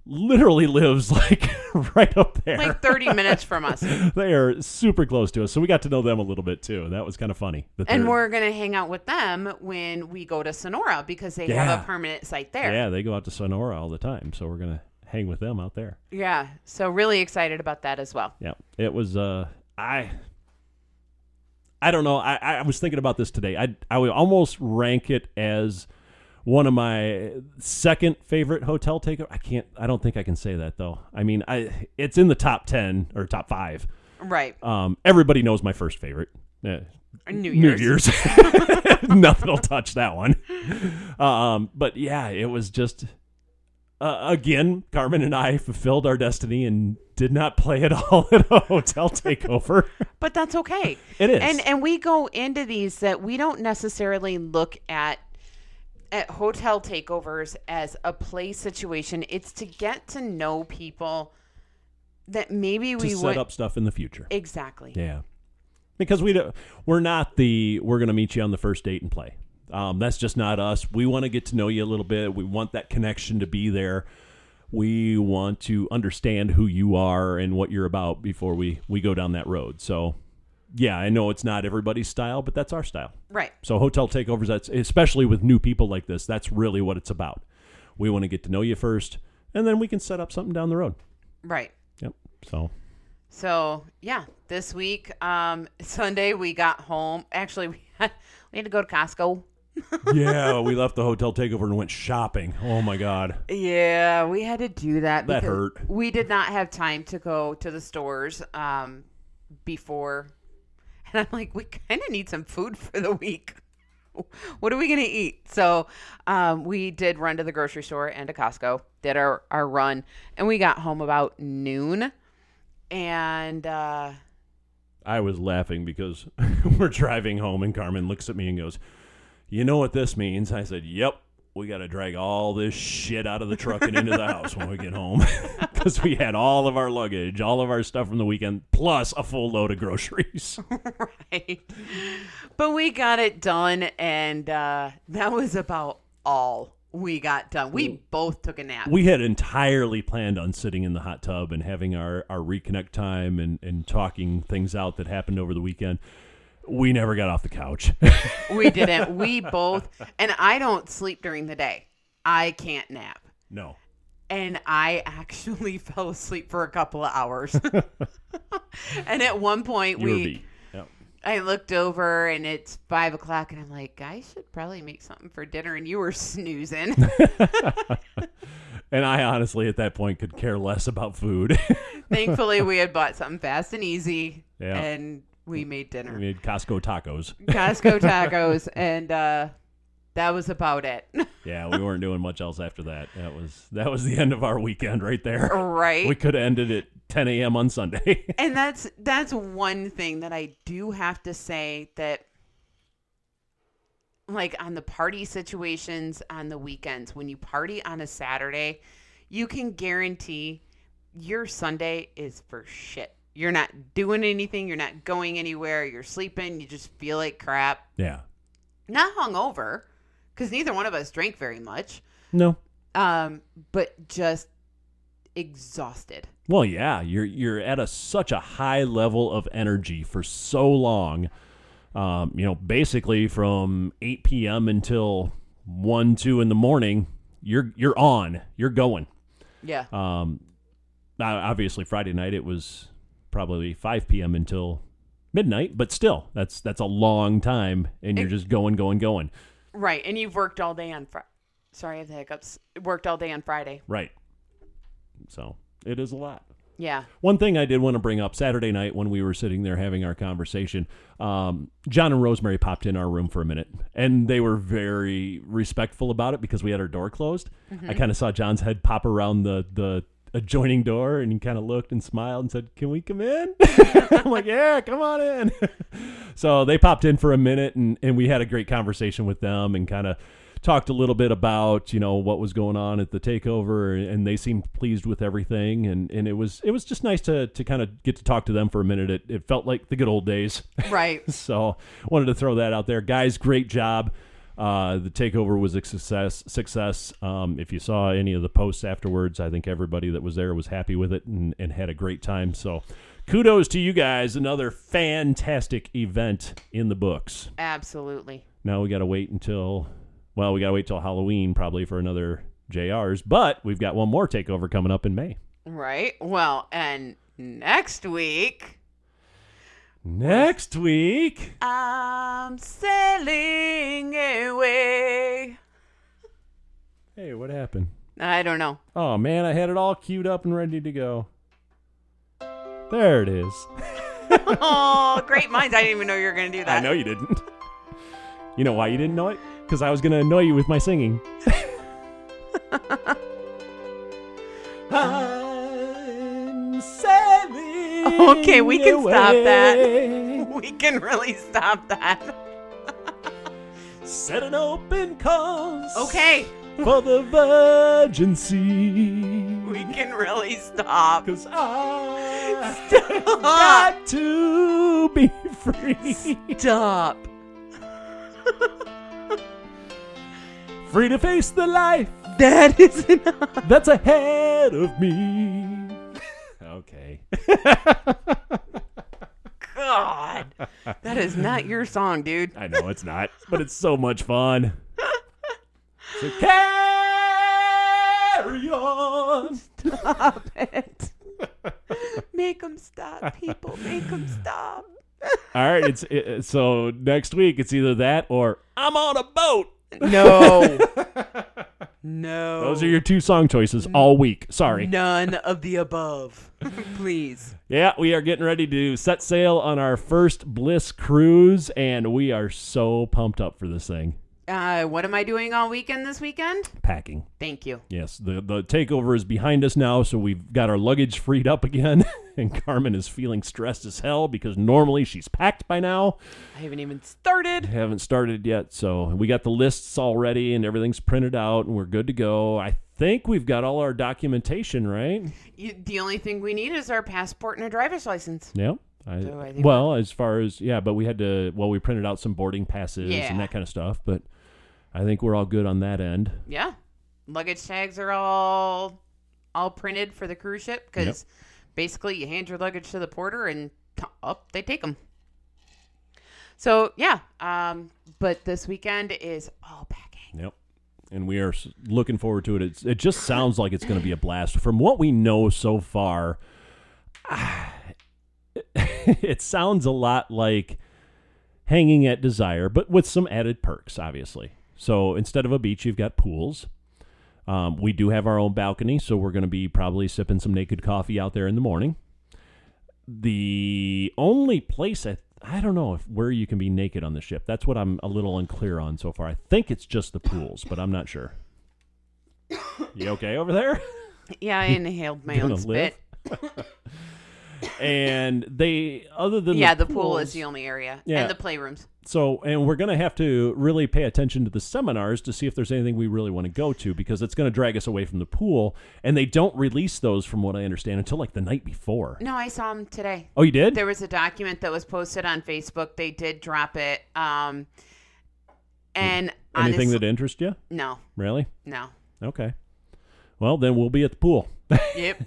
Speaker 3: literally lives like right up there.
Speaker 2: Like 30 minutes from us.
Speaker 3: they are super close to us. So we got to know them a little bit too. That was kind of funny. that
Speaker 2: And
Speaker 3: they're-
Speaker 2: we're going to hang out with them when we go to Sonora because they have
Speaker 3: Yeah.
Speaker 2: a permanent site there.
Speaker 3: Yeah, they go out to Sonora all the time. So we're going to hang with them out there.
Speaker 2: Yeah. So really excited about that as well.
Speaker 3: Yeah, it was. Uh, I I don't know. I, I I was thinking about this today. I I would almost rank it as one of my second favorite hotel takeover. I can't. I don't think I can say that though. I mean, I it's in the top ten or top five.
Speaker 2: Right.
Speaker 3: Um, everybody knows my first favorite. Eh,
Speaker 2: New Year's.
Speaker 3: New Year's. Nothing will touch that one. Um, but yeah, it was just uh, again, Carmen and I fulfilled our destiny and did not play at all at a hotel takeover.
Speaker 2: But that's okay.
Speaker 3: It is.
Speaker 2: And and we go into these that we don't necessarily look at at hotel takeovers as a play situation. It's to get to know people that maybe
Speaker 3: to
Speaker 2: we
Speaker 3: set
Speaker 2: would
Speaker 3: up stuff in the future.
Speaker 2: exactly.
Speaker 3: Yeah, because we do, we're not the we're gonna meet you on the first date and play. Um, that's just not us. We want to get to know you a little bit. We want that connection to be there. We want to understand who you are and what you're about before we we go down that road. So, yeah, I know it's not everybody's style, but that's our style.
Speaker 2: Right.
Speaker 3: So hotel takeovers, that's especially with new people like this, that's really what it's about. We want to get to know you first, and then we can set up something down the road.
Speaker 2: Right.
Speaker 3: Yep. So
Speaker 2: So yeah, this week, um, Sunday we got home. Actually, we had, we had to go to Costco.
Speaker 3: yeah, we left the hotel takeover and went shopping. Oh my god.
Speaker 2: Yeah, we had to do that.
Speaker 3: That
Speaker 2: because
Speaker 3: hurt.
Speaker 2: We did not have time to go to the stores um, before, and I'm like, we kind of need some food for the week. What are we gonna eat? So, um, we did run to the grocery store and to Costco. Did our our run, and we got home about noon, and. uh
Speaker 3: I was laughing because we're driving home and Carmen looks at me and goes, "You know what this means?" I said, "Yep." We got to drag all this shit out of the truck and into the house when we get home because we had all of our luggage, all of our stuff from the weekend, plus a full load of groceries.
Speaker 2: right. But we got it done, and uh, that was about all we got done. We both took a nap.
Speaker 3: we had entirely planned on sitting in the hot tub and having our, our reconnect time and, and talking things out that happened over the weekend. We never got off the couch.
Speaker 2: we didn't. We both, and I don't sleep during the day. I can't nap.
Speaker 3: no.
Speaker 2: And I actually fell asleep for a couple of hours. and at one point,
Speaker 3: You were
Speaker 2: we.
Speaker 3: beat. Yep.
Speaker 2: I looked over and it's five o'clock, and I'm like, I should probably make something for dinner. And you were snoozing.
Speaker 3: And I honestly, at that point, could care less about food.
Speaker 2: Thankfully, we had bought something fast and easy,
Speaker 3: Yeah.
Speaker 2: and we made dinner.
Speaker 3: I mean, Costco tacos.
Speaker 2: Costco tacos, and uh, that was about it.
Speaker 3: Yeah, we weren't doing much else after that. That was that was the end of our weekend right there.
Speaker 2: right.
Speaker 3: We could have ended at 10 a.m. on Sunday.
Speaker 2: and that's that's one thing that I do have to say that like on the party situations on the weekends when you party on a Saturday, you can guarantee your Sunday is for shit. You're not doing anything, you're not going anywhere, you're sleeping, you just feel like crap.
Speaker 3: yeah.
Speaker 2: Not hungover cuz neither one of us drank very much.
Speaker 3: No.
Speaker 2: Um but just exhausted.
Speaker 3: Well, yeah, you're you're at a such a high level of energy for so long. Um, you know, basically from 8 p.m. until 1 2 in the morning, you're you're on. You're going.
Speaker 2: Yeah.
Speaker 3: Um, now, obviously Friday night it was probably 5 p.m. until midnight, but still, that's that's a long time and you're just going going going.
Speaker 2: Right, and you've worked all day on Friday. Sorry, I have the hiccups. Worked all day on Friday.
Speaker 3: Right. So, it is a lot.
Speaker 2: Yeah.
Speaker 3: One thing I did want to bring up Saturday night when we were sitting there having our conversation, um, John and Rosemary popped in our room for a minute, and they were very respectful about it because we had our door closed. I kind of saw John's head pop around the the adjoining door, and he kind of looked and smiled and said, "Can we come in?" I'm like, "Yeah, come on in." so they popped in for a minute, and and we had a great conversation with them, and kind of. Talked a little bit about you know what was going on at the takeover, and they seemed pleased with everything, and, and it was it was just nice to to kind of get to talk to them for a minute. It, it felt like the good old days.
Speaker 2: Right.
Speaker 3: So wanted to throw that out there, guys. Great job. Uh, the takeover was a success. Success. Um, if you saw any of the posts afterwards, I think everybody that was there was happy with it and, and had a great time. So, kudos to you guys. Another fantastic event in the books.
Speaker 2: Absolutely.
Speaker 3: Now we got to wait until, well, we got to wait till Halloween probably for another JRs. But we've got one more takeover coming up in May.
Speaker 2: Right. Well, and next week
Speaker 3: Next week.
Speaker 2: I'm sailing away.
Speaker 3: Hey, what happened?
Speaker 2: I don't know.
Speaker 3: Oh man, I had it all queued up and ready to go. There it is.
Speaker 2: Oh, great minds. I didn't even know you were going to do that.
Speaker 3: I know you didn't. You know why you didn't know it? Because I was going to annoy you with my singing. I'm sailing
Speaker 2: Okay, we can stop that.
Speaker 3: away.
Speaker 2: We can really stop that.
Speaker 3: Set an open course.
Speaker 2: Okay.
Speaker 3: For the virgin sea.
Speaker 2: We can really stop.
Speaker 3: Cause I
Speaker 2: Stop.
Speaker 3: got to be free.
Speaker 2: Stop.
Speaker 3: Free to face the life
Speaker 2: That is enough.
Speaker 3: that's ahead of me. Okay.
Speaker 2: God. That is not your song, dude.
Speaker 3: I know it's not, but it's so much fun. So carry on.
Speaker 2: Stop it. Make them stop, people. Make them stop.
Speaker 3: All right, it's it, so next week it's either that or I'm on a boat.
Speaker 2: No. No.
Speaker 3: Those are your two song choices all week. Sorry.
Speaker 2: None of the above. Please.
Speaker 3: Yeah, we are getting ready to set sail on our first Bliss cruise, and we are so pumped up for this thing.
Speaker 2: Uh, what am I doing all weekend this weekend?
Speaker 3: Packing.
Speaker 2: Thank you.
Speaker 3: Yes, the the takeover is behind us now, so we've got our luggage freed up again, and Carmen is feeling stressed as hell because normally she's packed by now.
Speaker 2: I haven't even started.
Speaker 3: Haven't started yet, so we got the lists all ready and everything's printed out, and we're good to go. I think we've got all our documentation, right?
Speaker 2: You, the only thing we need is our passport and a driver's license.
Speaker 3: Yeah. I,
Speaker 2: So I think
Speaker 3: well, as far as yeah, but we had to well, we printed out some boarding passes
Speaker 2: Yeah.
Speaker 3: and that kind of stuff, but I think we're all good on that end.
Speaker 2: Yeah. Luggage tags are all all printed for the cruise ship because basically you hand your luggage to the porter and t- up they take them. So yeah, um, but this weekend is all packing.
Speaker 3: Yep. And we are s- looking forward to it. It's, it just sounds like it's going to be a blast. From what we know so far, it sounds a lot like hanging at Desire, but with some added perks, obviously. So instead of a beach, you've got pools. Um, we do have our own balcony, so we're going to be probably sipping some naked coffee out there in the morning. The only place I I don't know if where you can be naked on the ship. That's what I'm a little unclear on so far. I think it's just the pools, but I'm not sure. You okay over there?
Speaker 2: Yeah, I inhaled my own
Speaker 3: Gonna
Speaker 2: spit.
Speaker 3: And they other than
Speaker 2: Yeah,
Speaker 3: the,
Speaker 2: the pool is the
Speaker 3: pools-
Speaker 2: only area,
Speaker 3: Yeah.
Speaker 2: and the playrooms.
Speaker 3: So, and we're going to have to really pay attention to the seminars to see if there's anything we really want to go to because it's going to drag us away from the pool. And they don't release those, from what I understand, until like the night before.
Speaker 2: No, I saw them today.
Speaker 3: Oh, you did?
Speaker 2: There was a document that was posted on Facebook. They did drop it. Um, and
Speaker 3: Anything
Speaker 2: honest-
Speaker 3: that interests you?
Speaker 2: no,
Speaker 3: Really?
Speaker 2: no.
Speaker 3: Okay. Well, then we'll be at the pool.
Speaker 2: Yep.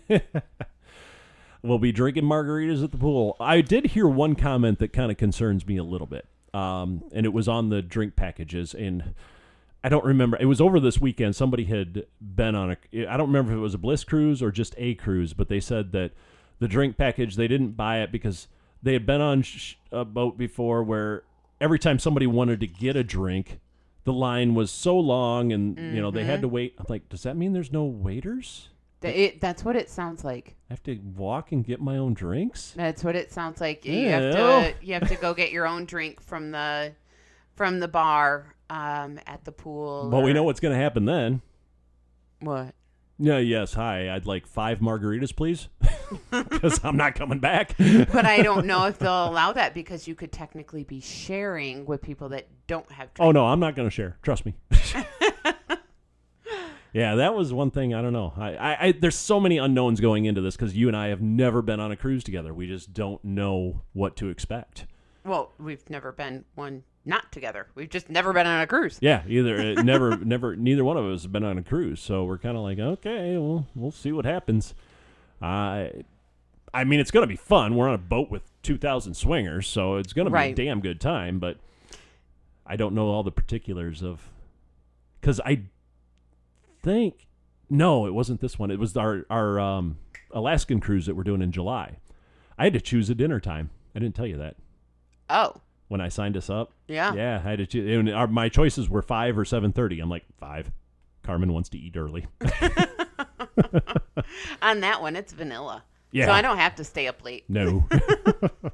Speaker 3: We'll be drinking margaritas at the pool. I did hear one comment that kind of concerns me a little bit, um, and it was on the drink packages. And I don't remember. It was over this weekend. Somebody had been on a. I don't remember if it was a Bliss cruise or just a cruise, but they said that the drink package they didn't buy it because they had been on sh- a boat before where every time somebody wanted to get a drink. The line was so long, and you know they had to wait. I'm like, does that mean there's no waiters?
Speaker 2: Th- it, that's what it sounds like.
Speaker 3: I have to walk and get my own drinks.
Speaker 2: That's what it sounds like. You have to
Speaker 3: Ew.
Speaker 2: you have to go get your own drink from the from the bar um, at the pool.
Speaker 3: But we
Speaker 2: or-
Speaker 3: know what's going to happen then.
Speaker 2: what.
Speaker 3: Yeah, yes, hi. I'd like five margaritas, please. Because I'm not coming back.
Speaker 2: But I don't know if they'll allow that because you could technically be sharing with people that don't have. Drinks.
Speaker 3: Oh, no, I'm not going to share. Trust me. yeah, that was one thing. I don't know. I, I, I There's so many unknowns going into this because you and I have never been on a cruise together. We just don't know what to expect.
Speaker 2: Well, we've never been one not together. We've just never been on a cruise.
Speaker 3: Yeah, either it never, never, neither one of us has been on a cruise, so we're kind of like, okay, well, we'll see what happens. I, I mean, it's gonna be fun. We're on a boat with two thousand swingers, so it's gonna
Speaker 2: Right.
Speaker 3: be a damn good time. But I don't know all the particulars of, because I think no, it wasn't this one. It was our our um, Alaskan cruise that we're doing in July. I had to choose a dinner time. I didn't tell you that
Speaker 2: Oh,
Speaker 3: when I signed us up.
Speaker 2: Yeah.
Speaker 3: yeah. I had to. choo- And our, my choices were five or seven thirty. I'm like five. Carmen wants to eat early.
Speaker 2: on that one, it's vanilla.
Speaker 3: Yeah.
Speaker 2: So I don't have to stay up late.
Speaker 3: No.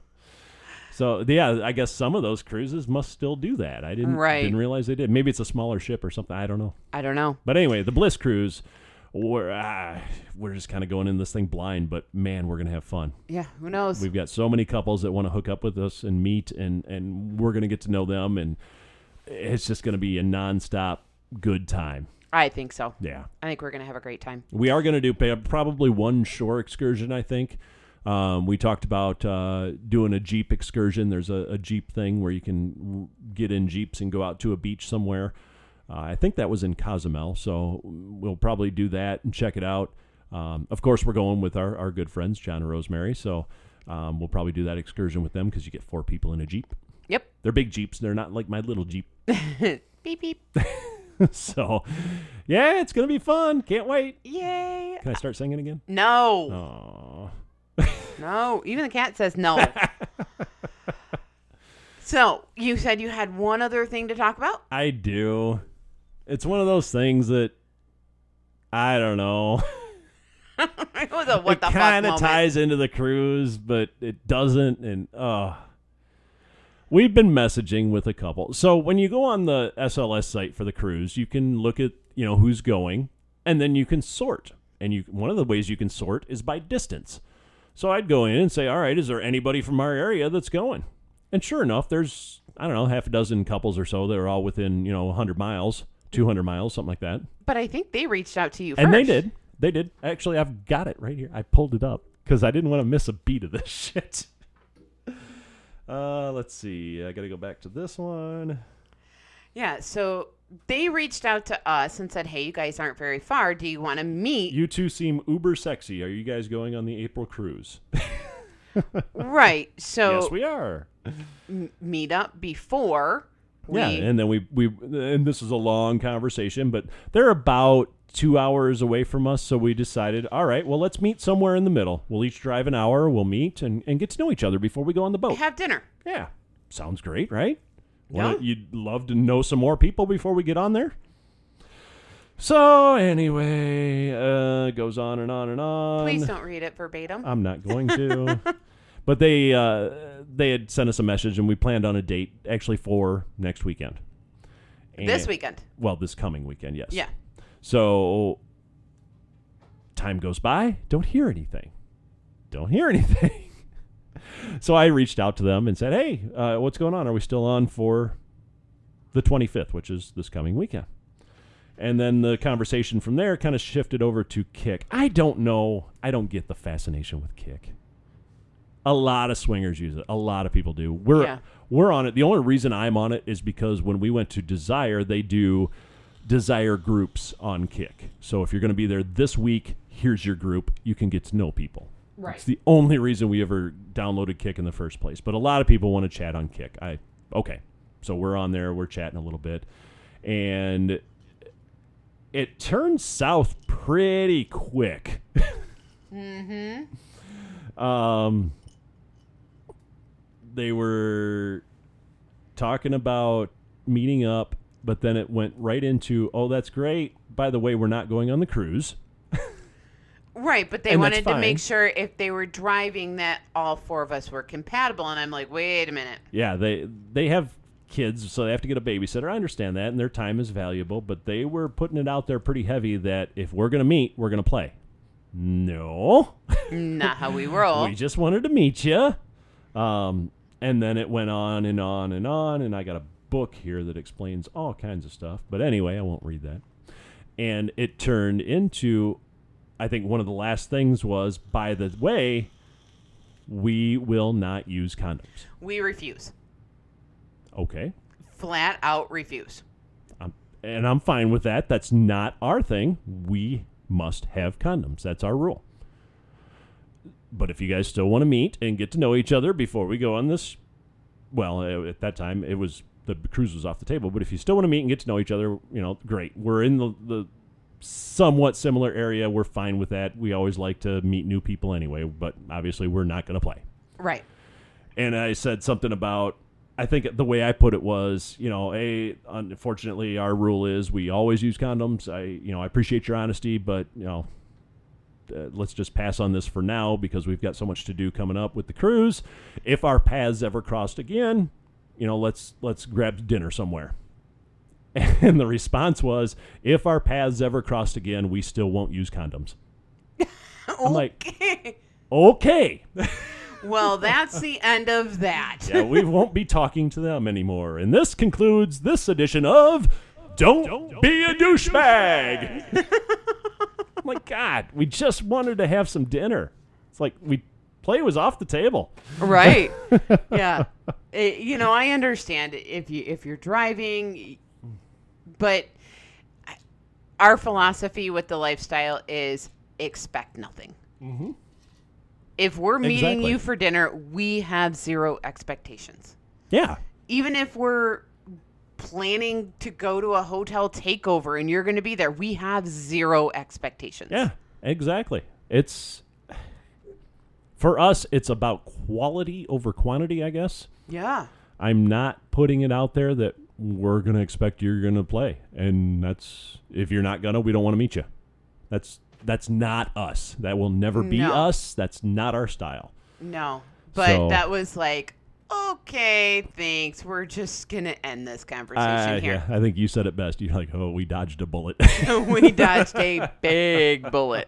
Speaker 3: so yeah, I guess some of those cruises must still do that. I didn't
Speaker 2: Right.
Speaker 3: didn't realize they did. Maybe it's a smaller ship or something. I don't know.
Speaker 2: I don't know.
Speaker 3: But anyway, the Bliss cruise. We're ah, we're just kind of going in this thing blind, but man, we're gonna have fun.
Speaker 2: Yeah, who knows?
Speaker 3: We've got so many couples that want to hook up with us and meet, and and we're gonna get to know them, and it's just gonna be a nonstop good time.
Speaker 2: I think so.
Speaker 3: Yeah.
Speaker 2: I think we're going to have a great time.
Speaker 3: We are going to do pa- probably one shore excursion, I think. Um, we talked about uh, doing a Jeep excursion. There's a, a Jeep thing where you can r- get in Jeeps and go out to a beach somewhere. Uh, I think that was in Cozumel. So we'll probably do that and check it out. Um, of course, we're going with our, our good friends, John and Rosemary. So um, we'll probably do that excursion with them because you get four people in a Jeep.
Speaker 2: Yep.
Speaker 3: They're big Jeeps, they're not like my little Jeep.
Speaker 2: Beep, beep.
Speaker 3: so yeah, it's going to be fun. Can't wait.
Speaker 2: Yay.
Speaker 3: Can I start singing again?
Speaker 2: No.
Speaker 3: Aww.
Speaker 2: No, even the cat says no. so you said you had one other thing to talk about.
Speaker 3: I do. It's one of those things that I don't know.
Speaker 2: it was a what
Speaker 3: it
Speaker 2: the fuck
Speaker 3: kind
Speaker 2: moment.
Speaker 3: of ties into the cruise, but it doesn't. And uh we've been messaging with a couple. So when you go on the SLS site for the cruise, you can look at you know who's going, and then you can sort. And you one of the ways you can sort is by distance. So I'd go in and say, all right, is there anybody from our area that's going? And sure enough, there's I don't know half a dozen couples or so that are all within you know 100 miles, 200 miles, something like that.
Speaker 2: But I think they reached out to you
Speaker 3: And they
Speaker 2: first.
Speaker 3: did. They did. Actually, I've got it right here. I pulled it up because I didn't want to miss a beat of this shit. Uh, let's see. I got to go back to this one.
Speaker 2: Yeah. So they reached out to us and said, "Hey, you guys aren't very far. Do you want to meet?"
Speaker 3: You two seem uber sexy. Are you guys going on the April cruise?
Speaker 2: right. So
Speaker 3: yes, we are.
Speaker 2: meet up before. We,
Speaker 3: Yeah, and then we we and this is a long conversation, but they're about two hours away from us, so we decided, all right, well, let's meet somewhere in the middle. We'll each drive an hour. We'll meet and and get to know each other before we go on the boat.
Speaker 2: have dinner.
Speaker 3: Yeah. Sounds great, right?
Speaker 2: Yeah.
Speaker 3: Wouldn't- You'd love to know some more people before we get on there? So, anyway, uh, goes on and on and on.
Speaker 2: Please don't read it verbatim.
Speaker 3: I'm not going to. but they uh, they had sent us a message, and we planned on a date actually for next weekend.
Speaker 2: this
Speaker 3: And-
Speaker 2: weekend.
Speaker 3: Well, this coming weekend, yes.
Speaker 2: Yeah.
Speaker 3: So time goes by, don't hear anything. Don't hear anything. so I reached out to them and said, "Hey, uh, what's going on? Are we still on for the 25th, which is this coming weekend?" And then the conversation from there kind of shifted over to kick. I don't know. I don't get the fascination with kick. A lot of swingers use it. A lot of people do. We're
Speaker 2: Yeah.
Speaker 3: we're on it. The only reason I'm on it is because when we went to Desire, they do Desire groups on Kick. So if you're going to be there this week, here's your group. You can get to know people. Right. It's the only reason we ever downloaded Kick in the first place. But a lot of people want to chat on Kick. I okay. So we're on there. We're chatting a little bit, and it turns south pretty quick. mm-hmm. Um, they were talking about meeting up, but then it went right into, "Oh, that's great. By the way, we're not going on the cruise."
Speaker 2: Right, but they
Speaker 3: And that's
Speaker 2: wanted to
Speaker 3: fine.
Speaker 2: make sure if they were driving that all four of us were compatible, and I'm like, wait a minute.
Speaker 3: Yeah, they they have kids, so they have to get a babysitter. I understand that, and their time is valuable, but they were putting it out there pretty heavy that if we're going to meet, we're going to play. No.
Speaker 2: Not how we roll.
Speaker 3: We just wanted to meet you. Um, and then it went on and on and on. And I got a book here that explains all kinds of stuff. But anyway, I won't read that. And it turned into, I think one of the last things was, by the way, we will not use condoms.
Speaker 2: We refuse.
Speaker 3: Okay.
Speaker 2: flat out refuse.
Speaker 3: I'm, Um, and I'm fine with that. That's not our thing. We must have condoms. That's our rule. But if you guys still want to meet and get to know each other before we go on this, well, uh, at that time it was the cruise was off the table. But if you still want to meet and get to know each other, you know, great. We're in the, the somewhat similar area. We're fine with that. We always like to meet new people anyway. But obviously, we're not going to play
Speaker 2: Right.
Speaker 3: and I said something about I think the way I put it was, you know, a unfortunately our rule is we always use condoms. I you know I appreciate your honesty, but you know. Uh, let's just pass on this for now because we've got so much to do coming up with the cruise. If our paths ever crossed again, you know, let's let's grab dinner somewhere. And the response was, if our paths ever crossed again, we still won't use condoms. I'm like, okay.
Speaker 2: Well, that's the end of that.
Speaker 3: yeah, we won't be talking to them anymore. And this concludes this edition of Don't, Be a Douchebag. My God, we just wanted to have some dinner. It's like we play was off the table.
Speaker 2: Right. yeah. It- you know, I understand if you if you're driving, but I- our philosophy with the lifestyle is expect nothing. If we're meeting
Speaker 3: Mm-hmm. Exactly.
Speaker 2: you for dinner, we have zero expectations.
Speaker 3: Yeah,
Speaker 2: Even if we're planning to go to a hotel takeover and you're going to be there, we have zero expectations.
Speaker 3: yeah, exactly. It's for us. It's about quality over quantity, I guess.
Speaker 2: Yeah.
Speaker 3: I'm not putting it out there that we're gonna expect you're gonna play, and that's if you're not gonna, we don't want to meet you. That's that's not us. That will never be
Speaker 2: No.
Speaker 3: us. That's not our style.
Speaker 2: No, but
Speaker 3: So-
Speaker 2: that was like, okay, thanks. We're just gonna end this conversation
Speaker 3: I-
Speaker 2: here.
Speaker 3: Uh, I think you said it best. You're like, oh, we dodged a bullet.
Speaker 2: we dodged a big bullet.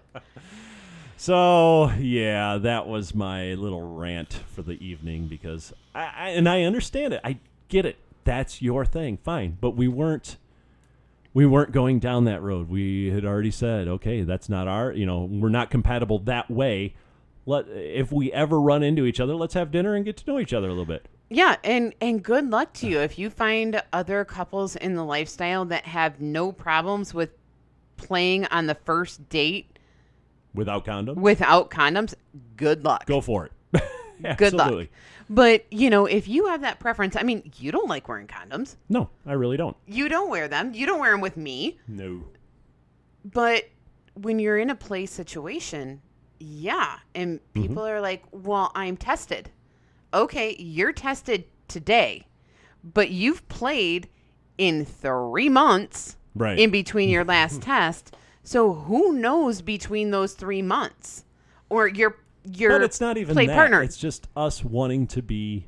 Speaker 3: so yeah, that was my little rant for the evening because I, I and I understand it. I get it. That's your thing. Fine, but we weren't. we weren't going down that road. We had already said, okay, that's not our, you know, we're not compatible that way. Let if we ever run into each other, let's have dinner and get to know each other a little bit.
Speaker 2: Yeah, and and good luck to you if you find other couples in the lifestyle that have no problems with playing on the first date
Speaker 3: Without condom,
Speaker 2: without condoms. Good luck.
Speaker 3: go for it.
Speaker 2: good
Speaker 3: Absolutely.
Speaker 2: luck. But you know, if you have that preference, I mean, you don't like wearing condoms.
Speaker 3: No, I really don't.
Speaker 2: You don't wear them. You don't wear them with me.
Speaker 3: No.
Speaker 2: but when you're in a play situation, yeah, and
Speaker 3: Mm-hmm.
Speaker 2: people are like, "Well, I'm tested." Okay, you're tested today, but you've played in 3 months
Speaker 3: Right.
Speaker 2: in between your last test. So who knows between those 3 months or your your
Speaker 3: But it's not even
Speaker 2: play
Speaker 3: that.
Speaker 2: partner.
Speaker 3: It's just us wanting to be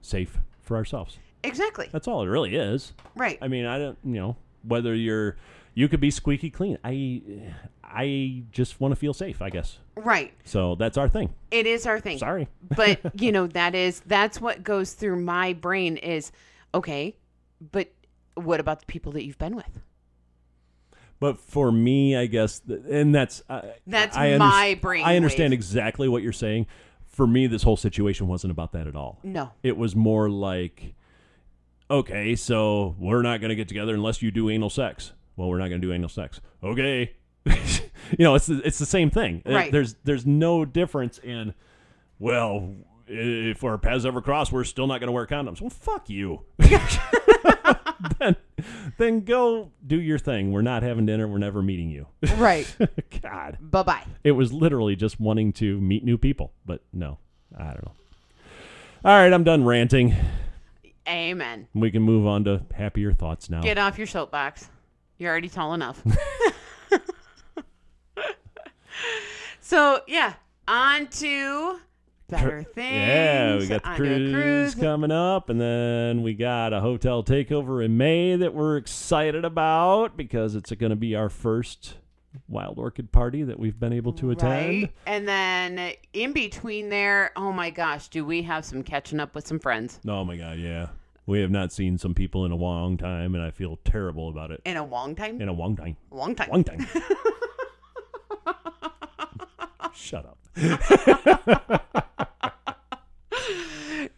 Speaker 3: safe for ourselves.
Speaker 2: exactly.
Speaker 3: That's all it really is.
Speaker 2: Right.
Speaker 3: I mean, I don't, you know, whether you're you could be squeaky clean. I I just want to feel safe, I guess.
Speaker 2: right.
Speaker 3: So that's our thing.
Speaker 2: It is our thing.
Speaker 3: Sorry.
Speaker 2: but you know that is that's what goes through my brain is okay but what about the people that you've been with
Speaker 3: But for me, I guess, th- and that's I-
Speaker 2: That's
Speaker 3: I underst-
Speaker 2: my brainwave.
Speaker 3: I understand exactly what you're saying. For me, this whole situation wasn't about that at all.
Speaker 2: no
Speaker 3: It was more like, okay, so we're not going to get together unless you do anal sex. Well, we're not going to do anal sex. Okay, you know, it's the, it's the same thing. Uh,
Speaker 2: Right.
Speaker 3: There's there's no difference in. Well, if our paths ever cross, we're still not going to wear condoms. Well, fuck you. then, then go do your thing. We're not having dinner. We're never meeting you.
Speaker 2: right
Speaker 3: God,
Speaker 2: bye-bye
Speaker 3: it was literally just wanting to meet new people. But no, I don't know. All right, I'm done ranting.
Speaker 2: amen
Speaker 3: We can move on to happier thoughts now.
Speaker 2: get off your soapbox you're already tall enough so yeah on to better things
Speaker 3: Yeah, we got the
Speaker 2: on to a
Speaker 3: cruise, coming up, and then we got a hotel takeover in May that we're excited about because it's going to be our first wild orchid party that we've been able to attend.
Speaker 2: Right. And then in between there, oh my gosh, do we have some catching up with some friends
Speaker 3: Oh my god, yeah. We have not seen some people in a long time, and I feel terrible about it.
Speaker 2: in a long time?
Speaker 3: In a long time,
Speaker 2: long time.
Speaker 3: long time. Shut up.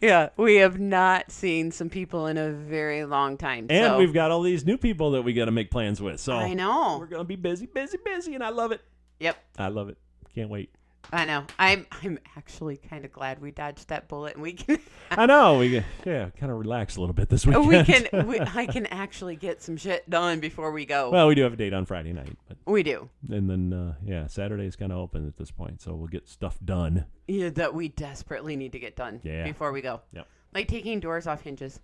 Speaker 2: yeah, we have not seen some people in a very long time.
Speaker 3: And
Speaker 2: so-
Speaker 3: we've got all these new people that we got to make plans with. So
Speaker 2: I know.
Speaker 3: we're gonna be busy, busy, busy, and I love it.
Speaker 2: Yep.
Speaker 3: I love it. Can't wait.
Speaker 2: I know. I'm I'm actually kind of glad we dodged that bullet and we can
Speaker 3: I know. We yeah, kind of relax a little bit this weekend.
Speaker 2: we can we, I can actually get some shit done before we go.
Speaker 3: well, we do have a date on Friday night, but
Speaker 2: we do.
Speaker 3: and then uh, yeah, Saturday is kind of open at this point, so we'll get stuff done.
Speaker 2: Yeah, that we desperately need to get done
Speaker 3: Yeah.
Speaker 2: before we go.
Speaker 3: Yep.
Speaker 2: Like taking doors off hinges.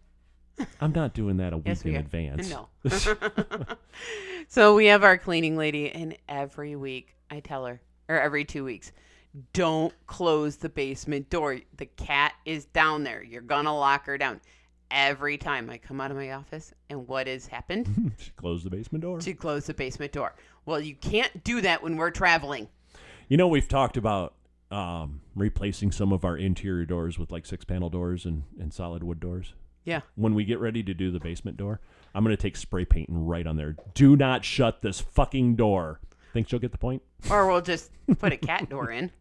Speaker 3: I'm not doing that a week
Speaker 2: Yes,
Speaker 3: in
Speaker 2: we are.
Speaker 3: advance.
Speaker 2: No. so we have our cleaning lady, and every week I tell her, or every two weeks, don't close the basement door. The cat is down there. You're going to lock her down. Every time I come out of my office, and what has
Speaker 3: Mm-hmm.
Speaker 2: happened?
Speaker 3: Close the basement door.
Speaker 2: she closed the basement door. Well, you can't do that when we're traveling.
Speaker 3: You know, we've talked about um, replacing some of our interior doors with like six panel doors and, and solid wood doors.
Speaker 2: Yeah.
Speaker 3: When we get ready to do the basement door, I'm going to take spray paint and write on there, do not shut this fucking door. Think she'll get the point?
Speaker 2: Or we'll just put a cat door in.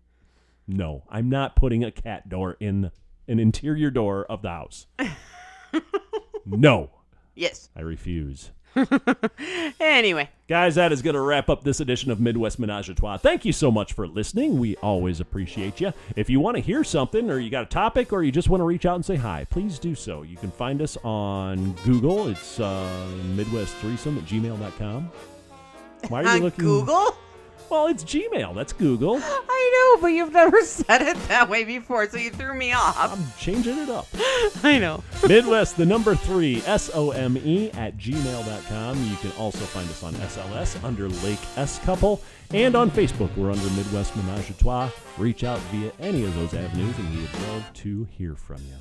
Speaker 3: No, I'm not putting a cat door in an interior door of the house. no,
Speaker 2: Yes.
Speaker 3: I refuse.
Speaker 2: Anyway.
Speaker 3: Guys, that is going to wrap up this edition of Midwest Menage a Trois. Thank you so much for listening. We always appreciate you. If you want to hear something, or you got a topic, or you just want to reach out and say hi, please do so. You can find us on Google. It's uh, Midwest Threesome at gmail.com. Why are you
Speaker 2: On
Speaker 3: looking?
Speaker 2: Google?
Speaker 3: Well, it's Gmail. That's Google.
Speaker 2: I know, but you've never said it that way before, so you threw me off.
Speaker 3: I'm changing it up.
Speaker 2: I know.
Speaker 3: Midwest, the number three, S O M E at gmail.com. You can also find us on SLS under Lake S Couple and on Facebook. We're under Midwest Menage a Trois. Reach out via any of those avenues and we would love to hear from you.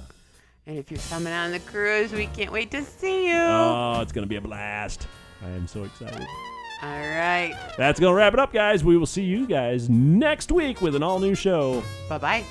Speaker 2: And if you're coming on the cruise, we can't wait to see you.
Speaker 3: Oh, it's going to be a blast. I am so excited.
Speaker 2: All right.
Speaker 3: That's going to wrap it up, guys. We will see you guys next week with an all new show.
Speaker 2: Bye bye.